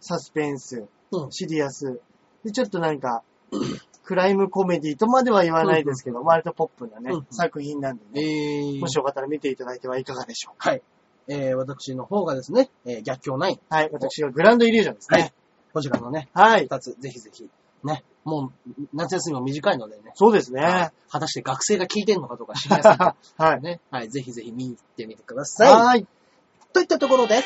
サスペンス、
うん。
シリアス、で、ちょっとなんか、 クライムコメディとまでは言わないですけど、割とポップなね、
うん
作品なんでね、
えー、
もしよかったら見ていただいてはいかがでしょう
はい。えー、私の方がですね、えー、逆境ない。
か。はい、私はグランドイリュージョンですね。
こちらのね、
はい。
二つ、ぜひぜひ。ね。もう、夏休みも短いのでね。
そうです ね。
果たして学生が聞いてんのかどうか知りませんけ
は
ど
い。
ね。はい。ぜひぜひ見てみてください。
はい。
といったところで、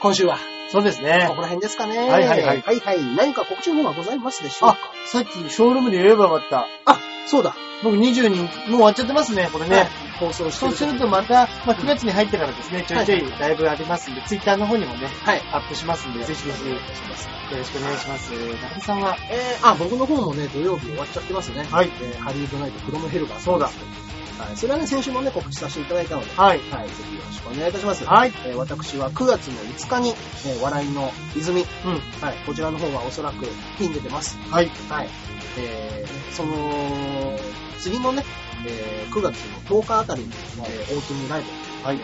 今週は、
そうです
こ
ね。
こら辺ですかね。
はいはいはい
はいはい。何か告知の方がございますでしょうか
さっきショールームで言えばよかった。
あ、そうだ。
僕20人、もう終わっちゃってますね、これ
ね
ね。、
放送して
そう
る
す
時
るとまた、まあ、9月に入ってからですね、ちょいちょいライブありますんで、ツイッターの方にもね、
はい。
アップしますんで、ぜひぜひよ
します。
ろしくお願いします。中井さんは、
えー、あ、僕の方もね、土曜日終わっちゃってますね。
はい
えー、ハリウッドナイト、クロムヘルバー。
そうだ
はい。それはね、先週もね、告知させていただいたので、
はい。
はい、ぜひよろしくお願いいたします。
はい。
えー、私は9月の5日に、えー、笑いの泉、
うん。
はい、こちらの方はおそらくピンで出ます。
はい。
はい。えー、その、次のね、えー、9月の10日あたりに、えー、オープニングライブ。はい。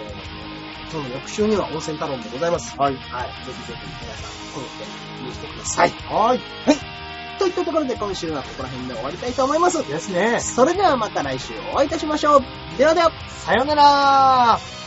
その翌週には温泉太郎もございます。
はい。
はい。ぜひぜひ皆さん、この点にしてください。
はい。
といったところで今週はここら辺で終わりたいと思います。
ですね。
それではまた来週お会いいたしましょう。ではでは。
さよなら